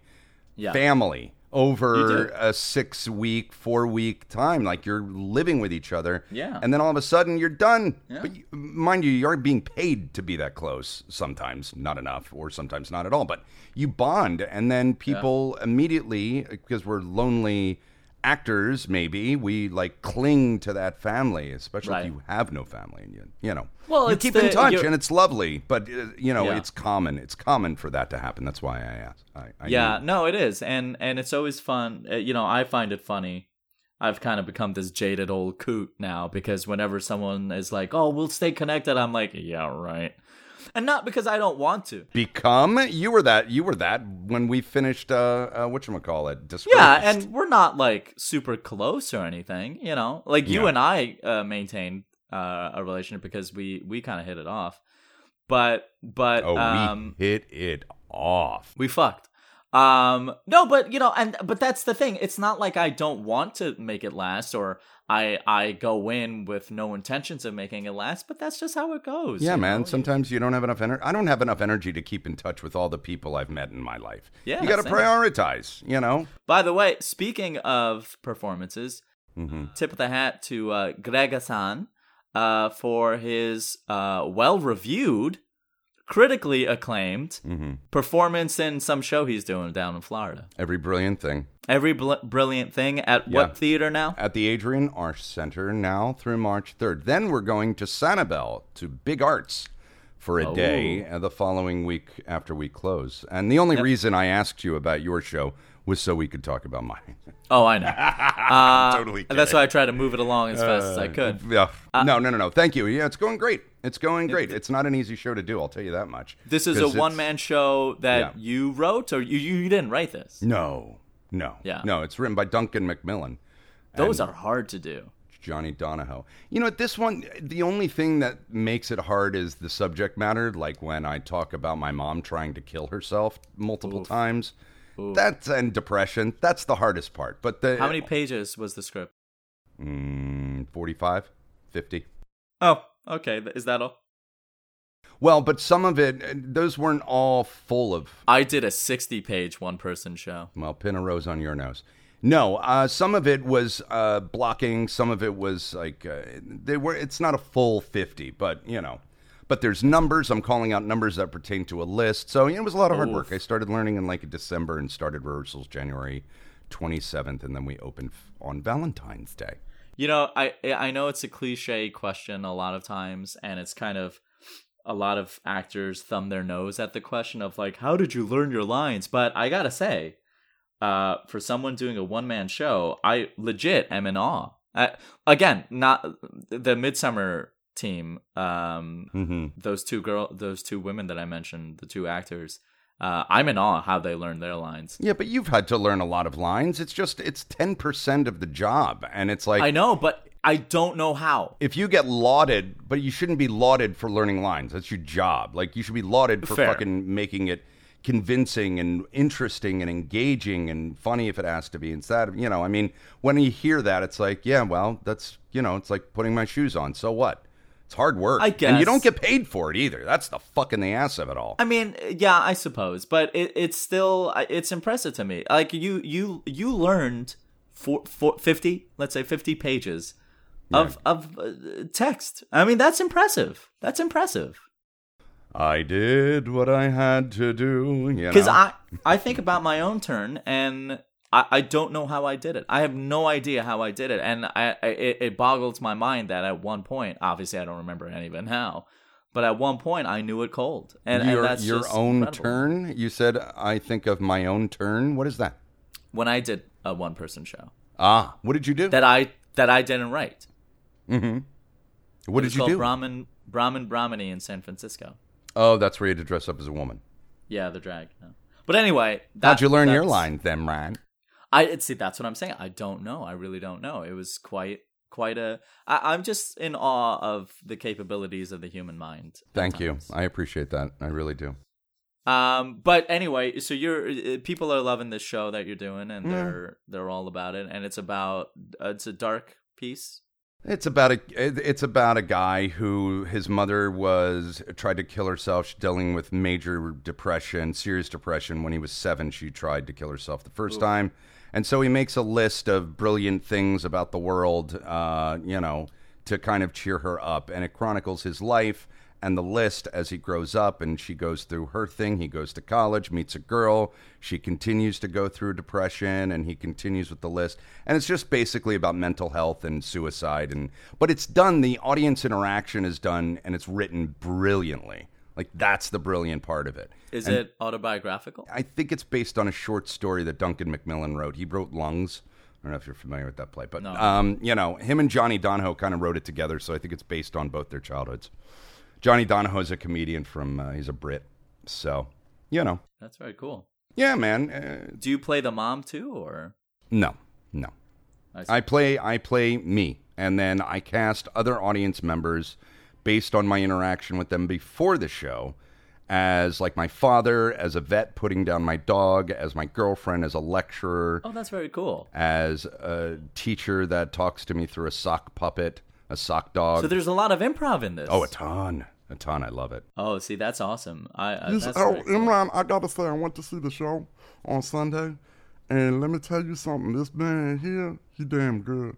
Speaker 2: Yeah.
Speaker 1: family
Speaker 2: You
Speaker 1: over
Speaker 2: do.
Speaker 1: a six week, four week time. Like you're living with each other.
Speaker 2: Yeah.
Speaker 1: And then all of a sudden you're done.
Speaker 2: Yeah.
Speaker 1: But you, mind you, you aren't being paid to be that close sometimes, not enough, or sometimes not at all. But you bond, and then people immediately, because we're lonely actors, maybe, we like cling to that family, especially
Speaker 2: Right.
Speaker 1: if you have no family and you, you know.
Speaker 2: Well,
Speaker 1: you
Speaker 2: it's
Speaker 1: keep
Speaker 2: the-
Speaker 1: in touch,
Speaker 2: you're-
Speaker 1: and it's lovely, but uh, you know,
Speaker 2: Yeah.
Speaker 1: it's common. It's common for that to happen. That's why I asked. I, I
Speaker 2: yeah,
Speaker 1: knew.
Speaker 2: no, it is, and and it's always fun. Uh, You know, I find it funny. I've kind of become this jaded old coot now because whenever someone is like, "Oh, we'll stay connected," I'm like, "Yeah, right," and not because I don't want to.
Speaker 1: become you were that you were that when we finished uh, uh what you call it
Speaker 2: Yeah, and we're not like super close or anything. You know, like you
Speaker 1: Yeah.
Speaker 2: and I uh, maintained uh, a relationship because we we kind of hit it off, but but
Speaker 1: oh
Speaker 2: um,
Speaker 1: we hit it off
Speaker 2: we fucked um no but you know and but that's the thing it's not like i don't want to make it last or i i go in with no intentions of making it last but that's just how it goes
Speaker 1: yeah
Speaker 2: you
Speaker 1: man
Speaker 2: know?
Speaker 1: sometimes you don't have enough energy i don't have enough energy to keep in touch with all the people i've met in my life
Speaker 2: Yeah,
Speaker 1: you gotta
Speaker 2: same.
Speaker 1: prioritize you know
Speaker 2: by the way speaking of performances
Speaker 1: Mm-hmm.
Speaker 2: tip of the hat to uh gregasan uh for his uh well reviewed critically acclaimed
Speaker 1: Mm-hmm.
Speaker 2: performance in some show he's doing down in florida
Speaker 1: every brilliant thing
Speaker 2: every bl- brilliant thing at
Speaker 1: Yeah.
Speaker 2: what theater now
Speaker 1: at the Adrian Arts Center now through March 3rd. Then we're going to Sanibel to Big Arts for a
Speaker 2: Oh.
Speaker 1: day uh, the following week after we close. And the only reason I asked you about your show was so we could talk about mine.
Speaker 2: Oh, I know. Uh,
Speaker 1: Totally
Speaker 2: and uh, That's why I tried to move it along as fast as I
Speaker 1: Uh,
Speaker 2: could.
Speaker 1: Yeah. no, no, no, no. Thank you. Yeah, it's going great. It's going great. It's not an easy show to do, I'll tell you that much.
Speaker 2: This is a
Speaker 1: 'Cause it's-
Speaker 2: one man show that
Speaker 1: Yeah.
Speaker 2: you wrote, or you, you you didn't write this.
Speaker 1: No. No.
Speaker 2: Yeah.
Speaker 1: No, it's written by Duncan McMillan.
Speaker 2: Those are hard to do.
Speaker 1: Johnny Donahoe. You know, at this one, the only thing that makes it hard is the subject matter. Like when I talk about my mom trying to kill herself multiple times, that's and depression. That's the hardest part. But the
Speaker 2: How many pages was the script?
Speaker 1: Mm, 45, 50.
Speaker 2: Oh, okay. Th- Is that all?
Speaker 1: Well, but some of it, uh, those weren't all full of
Speaker 2: I did a 60 page one person show.
Speaker 1: Well, pin a rose on your nose. No, uh, some of it was uh, blocking. Some of it was like uh, they were. It's not a full fifty, but you know, but there's numbers. I'm calling out numbers that pertain to a list. So you know, it was a lot of hard
Speaker 2: Oof.
Speaker 1: work. I started learning in like December and started rehearsals January 27th, and then we opened f- on Valentine's Day.
Speaker 2: You know, I I know it's a cliche question a lot of times, and it's kind of a lot of actors thumb their nose at the question of like, how did you learn your lines? But I gotta say, uh, for someone doing a one man show, I legit am in awe. Uh, again, not the Midsummer team. Um,
Speaker 1: Mm-hmm.
Speaker 2: those two girl, those two women that I mentioned, the two actors. Uh, I'm in awe how they learned their lines.
Speaker 1: Yeah, but you've had to learn a lot of lines. It's just it's 10% of the job, and it's like
Speaker 2: I know, but I don't know how.
Speaker 1: if you get lauded, but you shouldn't be lauded for learning lines. That's your job. Like you should be lauded for
Speaker 2: Fair.
Speaker 1: fucking making it convincing and interesting and engaging and funny if it has to be. Instead, of- you know, I mean, when you hear that, it's like, yeah, well, that's you know, it's like putting my shoes on. So what? It's hard work.
Speaker 2: I
Speaker 1: And you don't
Speaker 2: guess.
Speaker 1: get paid for it either. That's the fucking the ass of it all.
Speaker 2: I mean, yeah, I suppose, but it, it's still I- it's impressive to me. Like you, you, you learned for, for fifty, let's say fifty pages of of uh, text. I mean, that's impressive. That's impressive.
Speaker 1: I did what I had to do. you
Speaker 2: Because
Speaker 1: know?
Speaker 2: I I think about my own turn, and I, I don't know how I did it. I have no idea how I did it, and I, I it, it boggles my mind that at one point, obviously, I don't remember any of it now. But at one point, I knew it cold, and,
Speaker 1: your
Speaker 2: and that's
Speaker 1: your
Speaker 2: just
Speaker 1: own
Speaker 2: incredible.
Speaker 1: turn. You said I think of my own turn. What is that?
Speaker 2: When I did a one-person show,
Speaker 1: Ah, what did you do?
Speaker 2: that I that I didn't write.
Speaker 1: what
Speaker 2: It
Speaker 1: did
Speaker 2: was
Speaker 1: you
Speaker 2: called
Speaker 1: do?
Speaker 2: Brahmin Brahmin Brahmini in San Francisco.
Speaker 1: Oh, that's where you had to dress up as a woman.
Speaker 2: Yeah, the drag. No. But anyway,
Speaker 1: How'd you learn your
Speaker 2: that's-
Speaker 1: line then, Ryan?
Speaker 2: I see. That's what I'm saying. I don't know. I really don't know. It was quite quite a. I, I'm just in awe of the capabilities of the human mind. at
Speaker 1: Thank you.
Speaker 2: times.
Speaker 1: I appreciate that. I really do.
Speaker 2: Um, but anyway, so you're uh, people are loving this show that you're doing,
Speaker 1: Mm.
Speaker 2: and they're they're all about it, and it's about uh, it's a dark piece.
Speaker 1: It's about a it- it's about a guy who his mother was tried to kill herself. She's dealing with major depression, serious depression. When he was seven, she tried to kill herself the first time, and so he makes a list of brilliant things about the world, uh, you know, to kind of cheer her up. And it chronicles his life and the list as he grows up, and she goes through her thing. He goes to college, meets a girl. She continues to go through depression, and he continues with the list. And it's just basically about mental health and suicide. And but it's done. The audience interaction is done, and it's written brilliantly. Like that's the brilliant part of it.
Speaker 2: Is
Speaker 1: And
Speaker 2: it autobiographical?
Speaker 1: I think it's based on a short story that Duncan McMillan wrote. He wrote Lungs. I don't know if you're familiar with that play, but
Speaker 2: No.
Speaker 1: um, you know, him and Johnny Donahoe kind of wrote it together, so I think it's based on both their childhoods. Johnny Donahoe is a comedian from uh, he's a Brit, so you know,
Speaker 2: That's very cool.
Speaker 1: yeah, man. Uh,
Speaker 2: Do you play the mom too, or
Speaker 1: no, no,
Speaker 2: I see.
Speaker 1: I play I play me, and then I cast other audience members based on my interaction with them before the show as like my father, as a vet putting down my dog, as my girlfriend, as a lecturer,
Speaker 2: oh, that's very cool.
Speaker 1: as a teacher that talks to me through a sock puppet, a sock dog.
Speaker 2: So there's a lot of improv in this.
Speaker 1: oh, a ton, a ton. I love it.
Speaker 2: Oh, see, that's awesome. I, I
Speaker 5: Yes,
Speaker 2: that's
Speaker 5: oh,
Speaker 2: very cool.
Speaker 5: Imran, I gotta say, I went to see the show on Sunday, and let me tell you something. This man here, he damn good.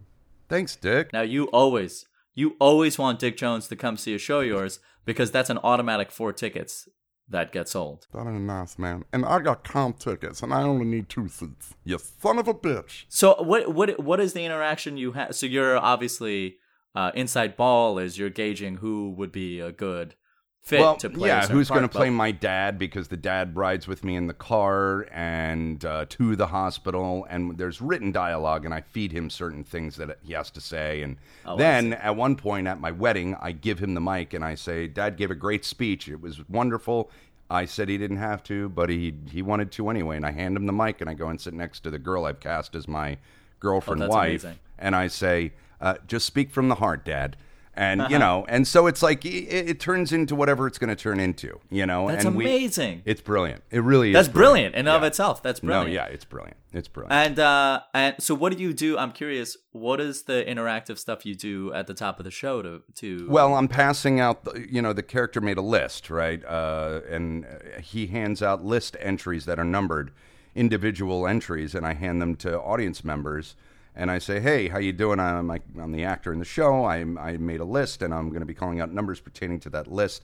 Speaker 1: Thanks, Dick.
Speaker 2: Now you always you always want Dick Jones to come see a show of yours because that's an automatic four tickets that get sold.
Speaker 5: That ain't nice, man. And I got comp tickets, and I only need two seats. You son of a bitch.
Speaker 2: So what what what is the interaction you have? So you're obviously uh, inside ball is you're gauging who would be a good fit
Speaker 1: well,
Speaker 2: to play. a
Speaker 1: yeah,
Speaker 2: certain
Speaker 1: who's going to
Speaker 2: part, but-
Speaker 1: play my dad because the dad rides with me in the car and uh, to the hospital, and there's written dialogue, and I feed him certain things that he has to say, and
Speaker 2: Oh, I
Speaker 1: then at one point at my wedding, I give him the mic and I say, "Dad gave a great speech. It was wonderful." I said he didn't have to, but he he wanted to anyway, and I hand him the mic and I go and sit next to the girl I've cast as my girlfriend
Speaker 2: that's
Speaker 1: wife,
Speaker 2: Oh, amazing.
Speaker 1: and I say, uh, "Just speak from the heart, Dad." And
Speaker 2: Uh-huh.
Speaker 1: you know, and so it's like it, it turns into whatever it's going to turn into, you know.
Speaker 2: That's
Speaker 1: and we-
Speaker 2: amazing.
Speaker 1: it's brilliant. It really is.
Speaker 2: that's brilliant in and of
Speaker 1: Yeah.
Speaker 2: itself. That's brilliant.
Speaker 1: No, yeah, it's brilliant. It's brilliant.
Speaker 2: And uh, and so what do you do? I'm curious. What is the interactive stuff you do at the top of the show to to?
Speaker 1: Well, I'm passing out. The, you know, the character made a list, right? Uh, and uh, he hands out list entries that are numbered, individual entries, and I hand them to audience members. And I say, "Hey, how you doing? I'm like, I'm the actor in the show. I I made a list, and I'm going to be calling out numbers pertaining to that list.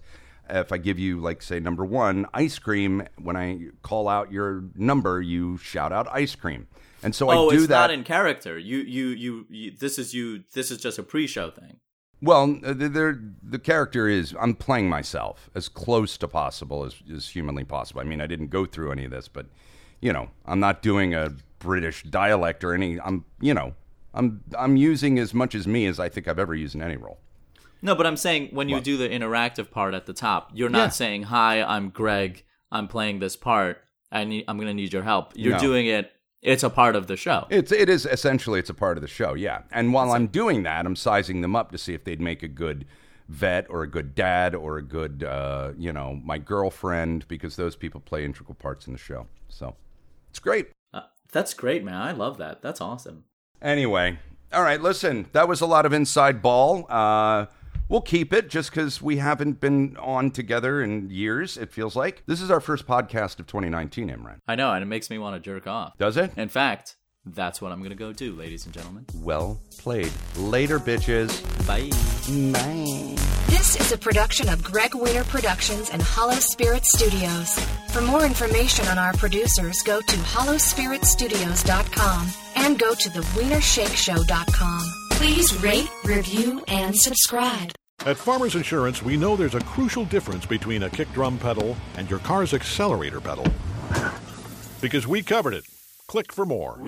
Speaker 1: If I give you, like, say, number one, ice cream, when I call out your number, you shout out ice cream. And so
Speaker 2: oh,
Speaker 1: I do
Speaker 2: it's
Speaker 1: that.
Speaker 2: not in character. You, you you you this is you this is just a pre-show thing.
Speaker 1: Well, uh, the, the, the character is I'm playing myself as close to possible as, as humanly possible. I mean, I didn't go through any of this, but you know, I'm not doing a British dialect or any. I'm you know, I'm I'm using as much as me as I think I've ever used in any role.
Speaker 2: No, but I'm saying when you do the interactive part at the top, you're not
Speaker 1: Yeah.
Speaker 2: saying, "Hi, I'm Greg. I'm playing this part. I need, I'm going to need your help." You're
Speaker 1: No.
Speaker 2: doing it. It's a part of the show.
Speaker 1: It's it is essentially it's a part of the show, yeah. And while I'm doing that, I'm sizing them up to see if they'd make a good vet or a good dad or a good uh, you know my girlfriend because those people play integral parts in the show. So it's great.
Speaker 2: Uh, that's great, man. I love that. That's awesome.
Speaker 1: Anyway, all right, listen, that was a lot of inside ball. Uh, we'll keep it just because we haven't been on together in years, it feels like. This is our first podcast of 2019, Imran.
Speaker 2: I know, and it makes me want to jerk off.
Speaker 1: Does it?
Speaker 2: In fact, that's what I'm going to go do, ladies and gentlemen.
Speaker 1: Well played. Later, bitches.
Speaker 2: Bye.
Speaker 3: This is a production of Greg Wiener Productions and Hollow Spirit Studios. For more information on our producers, go to hollowspiritstudios.com and go to thewienershakeshow.com. Please rate, review, and subscribe.
Speaker 10: At Farmers Insurance, we know there's a crucial difference between a kick drum pedal and your car's accelerator pedal. Because we covered it. Click for more.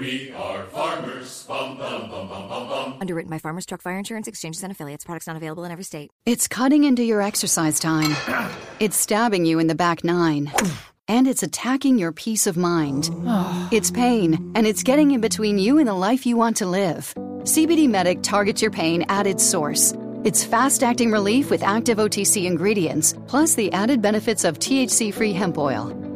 Speaker 11: Underwritten by Farmers Truck Fire Insurance Exchanges and Affiliates. Products not available in every state.
Speaker 12: It's cutting into your exercise time. It's stabbing you in the back nine. and it's attacking your peace of mind. it's pain, and it's getting in between you and the life you want to live. CBD Medic targets your pain at its source. It's fast acting relief with active OTC ingredients, plus the added benefits of THC free hemp oil.